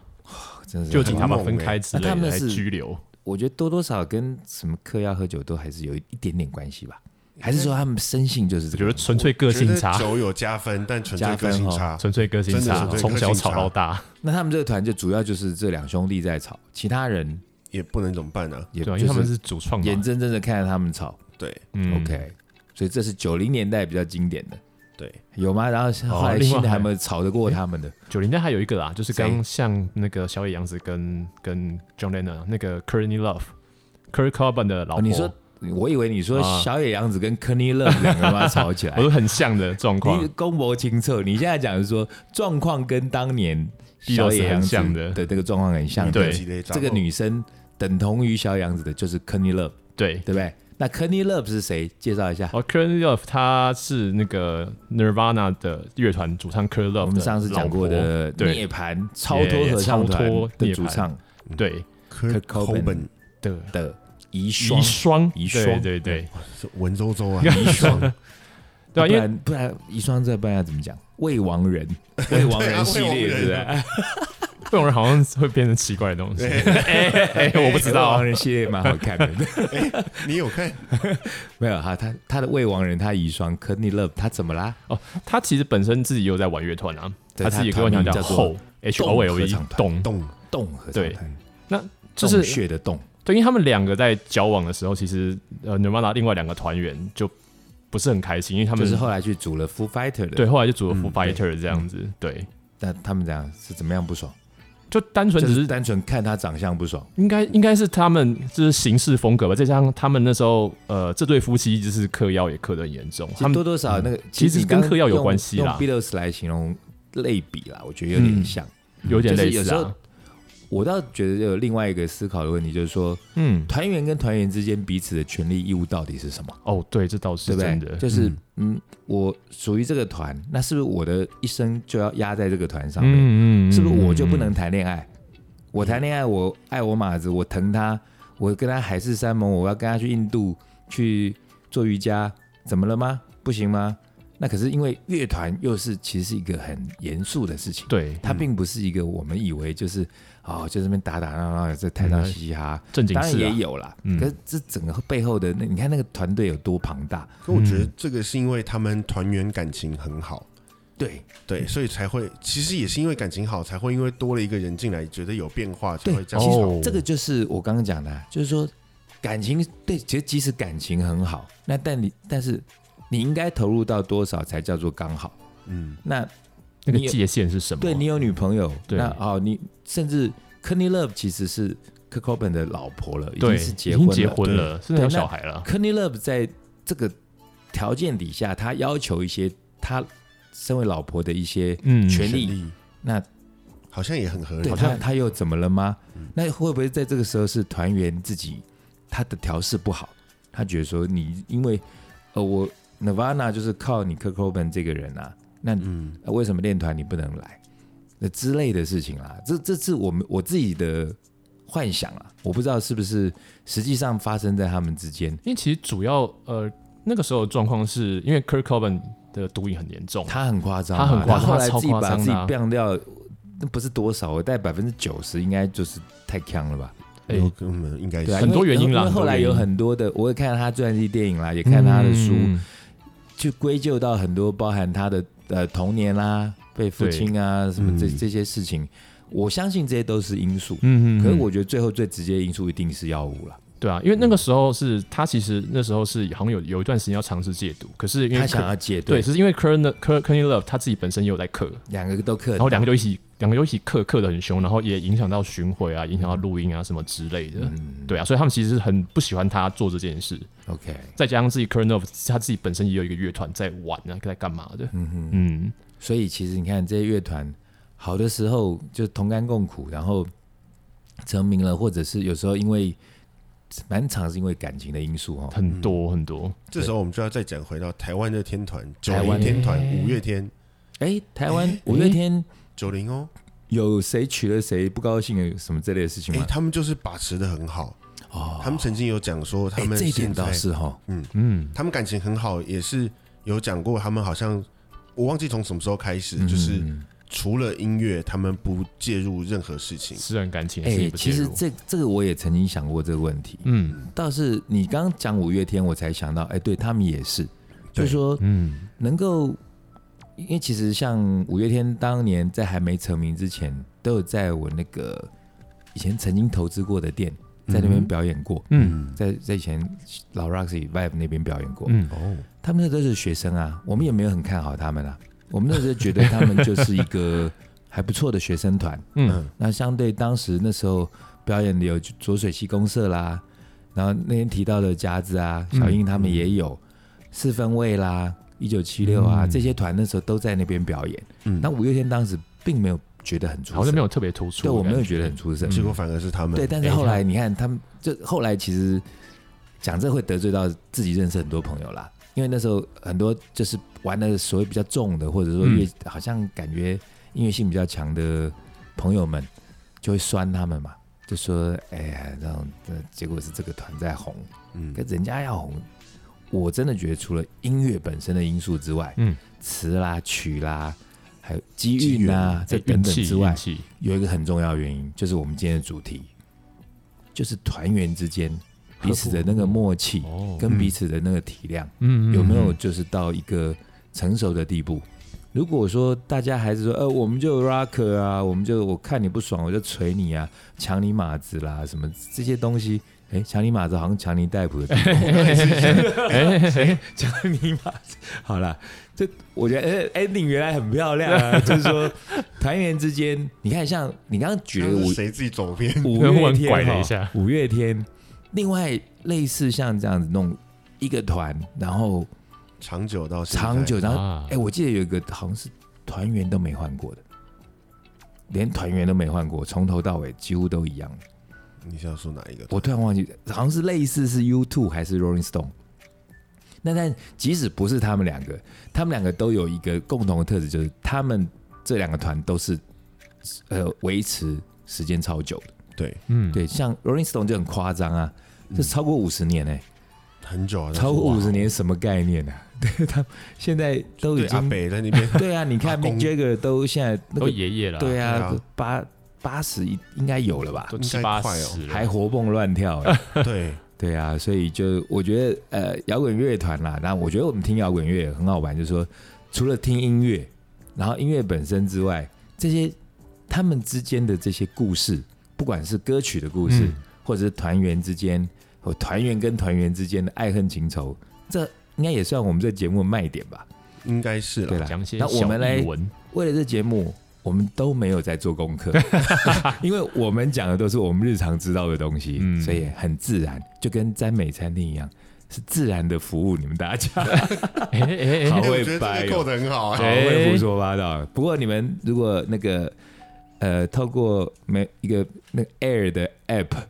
[SPEAKER 2] 真的是
[SPEAKER 3] 就
[SPEAKER 2] 很，
[SPEAKER 3] 警察把分开之类
[SPEAKER 2] 那他
[SPEAKER 3] 的，
[SPEAKER 2] 们
[SPEAKER 3] 还
[SPEAKER 2] 是
[SPEAKER 3] 拘留。
[SPEAKER 2] 我觉得多多少少跟什么嗑药喝酒都还是有一点点关系吧，还是说他们生性就是
[SPEAKER 3] 我
[SPEAKER 2] 这个
[SPEAKER 3] 觉得
[SPEAKER 2] 样子？
[SPEAKER 3] 纯粹个性差，
[SPEAKER 1] 酒有加分，但纯粹
[SPEAKER 2] 加
[SPEAKER 1] 个
[SPEAKER 2] 分
[SPEAKER 1] 性
[SPEAKER 2] 哦
[SPEAKER 1] 差。
[SPEAKER 3] 纯粹个性
[SPEAKER 1] 真的
[SPEAKER 3] 差，
[SPEAKER 1] 纯粹
[SPEAKER 3] 从
[SPEAKER 1] 个
[SPEAKER 3] 小
[SPEAKER 1] 性
[SPEAKER 3] 吵
[SPEAKER 1] 差
[SPEAKER 3] 到大，
[SPEAKER 2] 那他们这个团就主要就是这两兄弟在吵，其他人
[SPEAKER 1] 也不能怎么办呢、啊？
[SPEAKER 2] 也
[SPEAKER 3] 对
[SPEAKER 2] 就
[SPEAKER 3] 啊，因为他们是主创嘛。
[SPEAKER 2] 眼睁睁的看着他们吵。
[SPEAKER 1] 对
[SPEAKER 3] 嗯
[SPEAKER 2] OK，所以这是九零年代比较经典的，
[SPEAKER 1] 对，
[SPEAKER 2] 有吗？然后后
[SPEAKER 3] 哦
[SPEAKER 2] 来
[SPEAKER 3] 另外
[SPEAKER 2] 新的
[SPEAKER 3] 还
[SPEAKER 2] 还没有吵得过他们的。
[SPEAKER 3] 九零代还有一个啦，就是
[SPEAKER 2] 谁
[SPEAKER 3] 刚像那个小野洋子跟跟 John Lennon 那个 c u r t n e y Love。Kurt Cobain 的老
[SPEAKER 2] 哦
[SPEAKER 3] 婆，
[SPEAKER 2] 你说，我以为你说
[SPEAKER 3] 啊
[SPEAKER 2] 小野洋子跟 Kenny Love 两个妈吵起来
[SPEAKER 3] 我，说很像的状况
[SPEAKER 2] 你，公博清澈。你现在讲的是说状况跟当年小野洋子
[SPEAKER 3] 像的
[SPEAKER 2] 的这个状况很像，
[SPEAKER 3] 嗯对
[SPEAKER 2] 这个女生等同于小野洋子的就是 Kenny Love，
[SPEAKER 3] 对。
[SPEAKER 2] 对不对？那 Kenny Love 是谁？介绍一下。
[SPEAKER 3] 哦 c u r t n e y Love 他是那个 Nirvana 的乐团主唱 c u r t n e y Love，
[SPEAKER 2] 我们上次讲过的
[SPEAKER 3] 老婆对
[SPEAKER 2] 涅槃超脱合唱
[SPEAKER 3] 超
[SPEAKER 2] 团
[SPEAKER 3] 脱
[SPEAKER 2] 的
[SPEAKER 3] 涅
[SPEAKER 2] 主
[SPEAKER 3] 槃
[SPEAKER 2] 唱
[SPEAKER 3] 对
[SPEAKER 1] Kurt
[SPEAKER 2] Kurt Cobain
[SPEAKER 1] Cobain
[SPEAKER 3] 的
[SPEAKER 2] 的遗孀
[SPEAKER 3] 遗，孀，
[SPEAKER 2] 遗孀
[SPEAKER 3] 对对对
[SPEAKER 1] 是文绉绉啊，
[SPEAKER 3] 遗孀
[SPEAKER 1] 孀
[SPEAKER 3] 对啊，
[SPEAKER 2] 不
[SPEAKER 3] 因为
[SPEAKER 2] 然不然遗孀这不然要怎么讲？未亡 人，未亡人系列
[SPEAKER 1] 对啊
[SPEAKER 2] 是不是？
[SPEAKER 3] 这种人好像会变成奇怪的东西。 哎哎，哎我不知
[SPEAKER 2] 未
[SPEAKER 3] 道
[SPEAKER 2] 亡，人系列蛮好看 的。
[SPEAKER 1] 你有看？
[SPEAKER 2] 没有哈，他他的未亡人，他遗孀 k e n y Love，他怎么啦？
[SPEAKER 3] 他其实本身自己也有在玩乐团啊，
[SPEAKER 2] 对
[SPEAKER 3] 他自己
[SPEAKER 2] 他
[SPEAKER 3] 跟我讲
[SPEAKER 2] 团名
[SPEAKER 3] 叫
[SPEAKER 2] 叫做
[SPEAKER 3] 后 H O L
[SPEAKER 2] 合
[SPEAKER 3] E
[SPEAKER 2] 唱团
[SPEAKER 3] 动，
[SPEAKER 1] 动
[SPEAKER 2] 动合
[SPEAKER 3] 对
[SPEAKER 2] 唱团，
[SPEAKER 3] 就
[SPEAKER 2] 洞
[SPEAKER 3] 是
[SPEAKER 2] 穴的洞，
[SPEAKER 3] 对，因为他们两个在交往的时候，其实呃 Nirvana 另外两个团员就不是很开心，因为他
[SPEAKER 2] 就
[SPEAKER 3] 们
[SPEAKER 2] 是后来去组了 Foo Fighter 的。
[SPEAKER 3] 对，后来就组了 Foo
[SPEAKER 2] 嗯对
[SPEAKER 3] Fighter 这样子，对，
[SPEAKER 2] 那他们怎样是怎么样不爽？
[SPEAKER 3] 就单纯
[SPEAKER 2] 就
[SPEAKER 3] 只
[SPEAKER 2] 是
[SPEAKER 3] 是
[SPEAKER 2] 单纯看他长相不爽。
[SPEAKER 3] 应该应该是他们就是行事风格吧，再加上他们那时候呃这对夫妻就是嗑药也嗑得很严重，
[SPEAKER 2] 其
[SPEAKER 3] 他
[SPEAKER 2] 实
[SPEAKER 3] 们
[SPEAKER 2] 多多少少那个，
[SPEAKER 3] 其实
[SPEAKER 2] 你
[SPEAKER 3] 跟
[SPEAKER 2] 刚刚
[SPEAKER 3] 嗑药有
[SPEAKER 2] 用
[SPEAKER 3] 关系啦
[SPEAKER 2] 用 Beatles 来形容类比啦，我觉得有点
[SPEAKER 3] 嗯
[SPEAKER 2] 像。
[SPEAKER 3] 有点
[SPEAKER 2] 就是
[SPEAKER 3] 类
[SPEAKER 2] 有
[SPEAKER 3] 似
[SPEAKER 2] 时候
[SPEAKER 3] 啊，
[SPEAKER 2] 我倒觉得有另外一个思考的问题，就是说
[SPEAKER 3] 嗯，
[SPEAKER 2] 团员跟团员之间彼此的权利义务到底是什么？
[SPEAKER 3] 哦，对，这倒是
[SPEAKER 2] 对不
[SPEAKER 3] 真
[SPEAKER 2] 对？
[SPEAKER 3] 的，
[SPEAKER 2] 就是嗯，我属于这个团，那是不是我的一生就要压在这个团上面？
[SPEAKER 3] 嗯
[SPEAKER 2] 是不是我就不
[SPEAKER 3] 嗯
[SPEAKER 2] 能谈恋爱？我谈恋爱，我爱我马子，我疼他，我跟他海誓山盟，我要跟他去印度去做瑜伽，怎么了吗？不行吗？那可是因为乐团又是其实是一个很严肃的事情，
[SPEAKER 3] 嗯对
[SPEAKER 2] 它并不是一个我们以为就是哦，就这边打打闹闹，在台上嘻嘻哈哈，
[SPEAKER 3] 正经
[SPEAKER 2] 当然
[SPEAKER 3] 事
[SPEAKER 2] 也
[SPEAKER 3] 啊？
[SPEAKER 2] 有啦。
[SPEAKER 3] 嗯
[SPEAKER 2] 可是这整个背后的那，你看那个团队有多庞大，
[SPEAKER 1] 可我觉
[SPEAKER 2] 嗯
[SPEAKER 1] 得这个是因为他们团员感情很好，
[SPEAKER 2] 对嗯
[SPEAKER 1] 对，所以才会，其实也是因为感情好，才会因为多了一个人进来，觉得有变化，才
[SPEAKER 2] 对
[SPEAKER 1] 会，这
[SPEAKER 2] 其
[SPEAKER 1] 样。
[SPEAKER 3] 哦
[SPEAKER 2] 实这个就是我刚刚讲的啊、就是说感情对，其实即使感情很好，那但你但是你应该投入到多少才叫做刚好？
[SPEAKER 1] 嗯，
[SPEAKER 2] 那
[SPEAKER 3] 那个
[SPEAKER 2] 你有
[SPEAKER 3] 界限是什么？
[SPEAKER 2] 对你有女朋友，
[SPEAKER 3] 哦对
[SPEAKER 2] 那哦，你甚至 Kenny Love 其实是 k o b e n 的老婆了，已
[SPEAKER 3] 对
[SPEAKER 2] 经是结婚了，
[SPEAKER 3] 结婚
[SPEAKER 2] 对
[SPEAKER 3] 了，甚至有
[SPEAKER 2] 对那
[SPEAKER 3] 小孩了，
[SPEAKER 2] Kenny Love 在这个条件底下，他要求一些他身为老婆的一些，
[SPEAKER 3] 嗯，
[SPEAKER 2] 权利那
[SPEAKER 1] 好像也很合理嗯
[SPEAKER 2] 对。他他又怎么了吗？那会不会在这个时候是团员自己他的调试不好？他觉得说你因为呃我 Nirvana 就是靠你 k u r t Cobain 这个人啊，那你
[SPEAKER 1] 嗯，
[SPEAKER 2] 呃为什么练团你不能来？那之类的事情啦，这这是我们我自己的幻想啊，我不知道是不是实际上发生在他们之间。
[SPEAKER 3] 因为其实主要呃那个时候的状况是因为 Kurt Cobain 的毒瘾很严重，
[SPEAKER 2] 他很夸张啊，
[SPEAKER 3] 他很夸张
[SPEAKER 2] 后来
[SPEAKER 3] 他超
[SPEAKER 2] 自己
[SPEAKER 3] 夸
[SPEAKER 2] 把
[SPEAKER 3] 张
[SPEAKER 2] 自
[SPEAKER 3] 的
[SPEAKER 2] 己
[SPEAKER 3] 啊
[SPEAKER 2] 变掉，那不是多少，我带百分之九十，应该就是太强了吧？
[SPEAKER 3] 哎
[SPEAKER 1] 有可能应该
[SPEAKER 2] 对啊，
[SPEAKER 1] 是
[SPEAKER 3] 很多
[SPEAKER 2] 因为
[SPEAKER 3] 原因啦
[SPEAKER 2] 因为后来
[SPEAKER 3] 很多原因
[SPEAKER 2] 有很多的，我也看了他传记电影啦，也看他的书，
[SPEAKER 3] 嗯
[SPEAKER 2] 就归咎到很多包含他的呃童年啦、被父亲啊什么这
[SPEAKER 1] 嗯
[SPEAKER 2] 这些事情，我相信这些都是因素。
[SPEAKER 3] 嗯
[SPEAKER 2] 可是我觉得最后最直接的因素一定是药物了。
[SPEAKER 3] 对啊，因为那个时候是他其实那时候是好像有有一段时间要尝试戒毒，可是因为
[SPEAKER 2] 他想
[SPEAKER 3] Kurt-
[SPEAKER 2] 要戒
[SPEAKER 3] 对，
[SPEAKER 2] 对，
[SPEAKER 3] 只是因为 Kern Kern Kenny Love 他自己本身也有在克，
[SPEAKER 2] 两个都克，
[SPEAKER 3] 然后两个就一起两个就一起克克的很凶，然后也影响到巡回啊，影响到录音啊什么之类的。对啊，所以他们其实是很不喜欢他做这件事，
[SPEAKER 2] OK，
[SPEAKER 3] 再加上自己 Kern Love 他自己本身也有一个乐团在玩啊，在干嘛的。
[SPEAKER 2] 嗯哼，
[SPEAKER 3] 嗯，
[SPEAKER 2] 所以其实你看这些乐团，好的时候就同甘共苦，然后成名了，或者是有时候因为满场是因为感情的因素哦，
[SPEAKER 3] 很多很多。
[SPEAKER 1] 这时候我们就要再讲回到台湾的天团，九
[SPEAKER 2] 台湾
[SPEAKER 1] 零天团，
[SPEAKER 3] 哎
[SPEAKER 1] 五月天，
[SPEAKER 2] 哎，台湾五月天
[SPEAKER 1] 九零哦，
[SPEAKER 2] 有谁娶了谁不高兴什么这类的事情
[SPEAKER 1] 哎，
[SPEAKER 2] 吗？
[SPEAKER 1] 他们就是把持的很好。
[SPEAKER 2] 哦，
[SPEAKER 1] 他们曾经有讲说，他
[SPEAKER 2] 哎
[SPEAKER 1] 们
[SPEAKER 2] 这一点
[SPEAKER 1] 现在
[SPEAKER 2] 倒是哈，
[SPEAKER 3] 嗯，
[SPEAKER 1] 他们感情很好，也是有讲过，他们好像我忘记从什么时候开始，就是
[SPEAKER 2] 嗯
[SPEAKER 1] 除了音乐，他们不介入任何事情。
[SPEAKER 3] 私人感情也是
[SPEAKER 2] 哎
[SPEAKER 3] 一，不介
[SPEAKER 2] 其实
[SPEAKER 3] 入。
[SPEAKER 2] 这这个我也曾经想过这个问题，
[SPEAKER 3] 嗯
[SPEAKER 2] 倒是你刚讲五月天，我才想到，哎，对他们也是，就
[SPEAKER 1] 对
[SPEAKER 2] 说
[SPEAKER 3] 嗯，
[SPEAKER 2] 能够，因为其实像五月天当年在还没成名之前，都有在我那个以前曾经投资过的店，在那边表演过，
[SPEAKER 3] 嗯
[SPEAKER 2] 在在以前老 Roxy Vibe 那边表演过。
[SPEAKER 3] 嗯，
[SPEAKER 1] 哦，
[SPEAKER 2] 他们那都是学生啊，我们也没有很看好他们啊，我们那时候觉得他们就是一个还不错的学生团。
[SPEAKER 3] 嗯
[SPEAKER 2] 那相对当时那时候表演的有浊水溪公社啦，然后那天提到的夹子啊、
[SPEAKER 3] 嗯
[SPEAKER 2] 小英他们也有、四分卫啦、一九七六啊、
[SPEAKER 3] 嗯
[SPEAKER 2] 这些团那时候都在那边表演。
[SPEAKER 1] 嗯
[SPEAKER 2] 那五月天当时并没有觉得很出
[SPEAKER 3] 好像
[SPEAKER 2] 色，
[SPEAKER 3] 没有特别突出。嗯
[SPEAKER 2] 对我没有觉得很出色。
[SPEAKER 1] 结果反而是他们
[SPEAKER 2] 对，
[SPEAKER 3] 哎
[SPEAKER 2] 但是后来你看他们，就后来其实讲这会得罪到自己认识很多朋友啦，因为那时候很多就是玩的所谓比较重的，或者
[SPEAKER 3] 嗯
[SPEAKER 2] 说乐、好像感觉音乐性比较强的朋友们，就会酸他们嘛，就说哎呀，这种这结果是这个团在红，
[SPEAKER 1] 嗯
[SPEAKER 2] 可人家要红，我真的觉得除了音乐本身的因素之外，
[SPEAKER 3] 嗯，
[SPEAKER 2] 词啦、曲啦，还有机
[SPEAKER 1] 机
[SPEAKER 2] 遇啊，这等
[SPEAKER 3] 哎运
[SPEAKER 2] 等
[SPEAKER 3] 气
[SPEAKER 2] 之外
[SPEAKER 3] 运，气
[SPEAKER 2] 有一个很重要的原因，就是我们今天的主题，就是团员之间彼此的那个默契
[SPEAKER 3] 哦，
[SPEAKER 2] 跟彼此的那个体谅，
[SPEAKER 3] 嗯嗯
[SPEAKER 2] 有没有
[SPEAKER 3] 嗯
[SPEAKER 2] 就是到一个成熟的地步？如果说大家还是说，呃，我们就 rock 啊，我们就我看你不爽，我就捶你啊，抢你马子啦，什么这些东西，哎，抢你马子好像强尼戴普的地方，
[SPEAKER 3] 哎哎哎
[SPEAKER 2] 讲尼玛，好啦，这我觉得呃 ending 原来很漂亮啊，就是说团员之间，你看像你刚刚举了
[SPEAKER 1] 那
[SPEAKER 2] 五
[SPEAKER 1] 是谁自己走偏？
[SPEAKER 2] 嗯五
[SPEAKER 3] 忽
[SPEAKER 2] 月
[SPEAKER 3] 然
[SPEAKER 2] 天
[SPEAKER 3] 拐了一
[SPEAKER 2] 哈
[SPEAKER 3] 下
[SPEAKER 2] 五月天，另外类似像这样子弄一个团，然后
[SPEAKER 1] 长久到现在
[SPEAKER 2] 长久， 然后
[SPEAKER 3] 啊
[SPEAKER 2] 哎、我记得有一个好像是团员都没换过的，连团员都没换过，从头到尾几乎都一样。
[SPEAKER 1] 你想说哪一个？
[SPEAKER 2] 我突然忘记，好像是类似是 U Two 还是 Rolling Stone。那但即使不是他们两个，他们两个都有一个共同的特质，就是他们这两个团都是呃维持时间超久的。
[SPEAKER 1] 对，
[SPEAKER 3] 嗯，
[SPEAKER 2] 对，像 Rolling Stone 就很夸张啊，这超过五十年哎、
[SPEAKER 1] 很久啊，
[SPEAKER 2] 超过
[SPEAKER 1] 但嗯
[SPEAKER 2] 五
[SPEAKER 1] 是哇
[SPEAKER 2] 十年什么概念啊？ 对他现在都
[SPEAKER 1] 对
[SPEAKER 2] 已
[SPEAKER 1] 阿
[SPEAKER 2] 经
[SPEAKER 1] 北在那边
[SPEAKER 2] 对啊，你
[SPEAKER 1] 阿
[SPEAKER 2] 看
[SPEAKER 1] 公
[SPEAKER 2] Mick Jagger 都现在那
[SPEAKER 3] 都
[SPEAKER 2] 个
[SPEAKER 3] 爷爷了，
[SPEAKER 2] 对
[SPEAKER 1] 对
[SPEAKER 2] 啊
[SPEAKER 1] 啊，
[SPEAKER 2] 八八十应该有了吧
[SPEAKER 3] 都，
[SPEAKER 1] 应该
[SPEAKER 3] 七八
[SPEAKER 1] 快哦
[SPEAKER 3] 十了，
[SPEAKER 2] 还活蹦乱跳、欸。
[SPEAKER 1] 对，
[SPEAKER 2] 对啊，所以就我觉得呃，摇滚乐团啦，那我觉得我们听摇滚乐很好玩，就是说除了听音乐，然后音乐本身之外，这些他们之间的这些故事，不管是歌曲的故事，
[SPEAKER 3] 嗯
[SPEAKER 2] 或者是团员之间和团员跟团员之间的爱恨情仇，这应该也算我们这节目的卖点吧？
[SPEAKER 1] 应该是
[SPEAKER 2] 对
[SPEAKER 1] 了。
[SPEAKER 2] 啦
[SPEAKER 3] 讲一些
[SPEAKER 2] 那我们
[SPEAKER 3] 小
[SPEAKER 2] 来
[SPEAKER 3] 语文，
[SPEAKER 2] 为了这节目，我们都没有在做功 课，因为我们讲的都是我们日常知道的东西，
[SPEAKER 3] 嗯
[SPEAKER 2] 所以很自然，就跟詹美餐厅一样，是自然的服务你们大 家，
[SPEAKER 3] 哎哎
[SPEAKER 1] 哎
[SPEAKER 3] 哎，
[SPEAKER 2] 好
[SPEAKER 1] 我
[SPEAKER 2] 会
[SPEAKER 1] 觉得这
[SPEAKER 2] 掰哦
[SPEAKER 1] 个扣的很好
[SPEAKER 2] 好
[SPEAKER 1] 啊，
[SPEAKER 2] 会胡说八道。不过你们如果那个呃，透过每一个那个 Air 的 App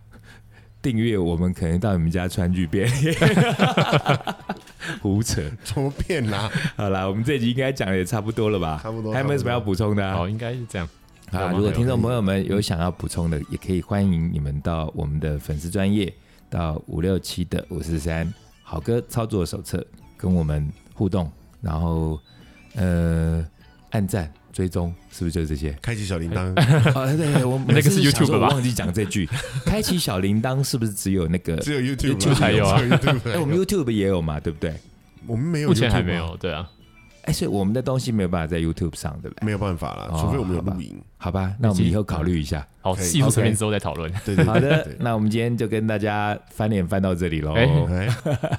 [SPEAKER 2] 订阅，我们可能到你们家川剧变， 胡扯。
[SPEAKER 1] 怎么变啊啦？
[SPEAKER 2] 好啦，我们这集应该讲的也差不多了吧？
[SPEAKER 1] 差不多？
[SPEAKER 2] 还有没有什么要补充的、啊？
[SPEAKER 3] 好，哦应该是这样，有
[SPEAKER 2] 啊，
[SPEAKER 3] 吗
[SPEAKER 2] 如果
[SPEAKER 3] 有
[SPEAKER 2] 听众朋友们有想要补充的，也可以欢迎你们到我们的粉丝专业，到五六七的五四三好歌操作手册跟我们互动，然后呃按赞追踪，是不是就是这 些
[SPEAKER 1] 开启小铃铛，
[SPEAKER 2] 啊，对对，我
[SPEAKER 3] 那个是
[SPEAKER 2] 每次想说
[SPEAKER 3] YouTube 吧
[SPEAKER 2] 我忘记讲这 句。开启 小铃铛是不是只有那个？
[SPEAKER 1] 只有 YouTube
[SPEAKER 2] 就
[SPEAKER 1] 啦
[SPEAKER 3] 还有啊
[SPEAKER 1] 只 YouTube
[SPEAKER 2] 哎，我们 YouTube 也有嘛，对不对？
[SPEAKER 1] 我们没有，
[SPEAKER 3] 目前还没，有，对啊，
[SPEAKER 2] 哎，所以我们的东西没有办法在 YouTube 上，对不对？
[SPEAKER 1] 没有办法啦，
[SPEAKER 2] 哦
[SPEAKER 1] 除非我们有
[SPEAKER 2] 好吧
[SPEAKER 1] 录影。
[SPEAKER 2] 好吧，那我们以后考虑一下。
[SPEAKER 3] 好，
[SPEAKER 1] 可以
[SPEAKER 3] 技术层面
[SPEAKER 2] OK
[SPEAKER 3] 之后再讨论。
[SPEAKER 1] 对对
[SPEAKER 2] 好
[SPEAKER 1] 对
[SPEAKER 2] 的
[SPEAKER 1] 对，对，
[SPEAKER 2] 那我们今天就跟大家翻脸翻到这里喽。
[SPEAKER 3] 哎
[SPEAKER 1] 哎，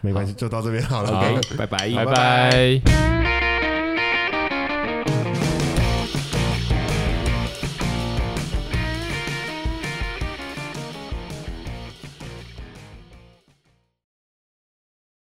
[SPEAKER 1] 没关系，就到这边好了
[SPEAKER 2] 好
[SPEAKER 1] ，OK。，
[SPEAKER 2] 拜拜，
[SPEAKER 3] 拜拜。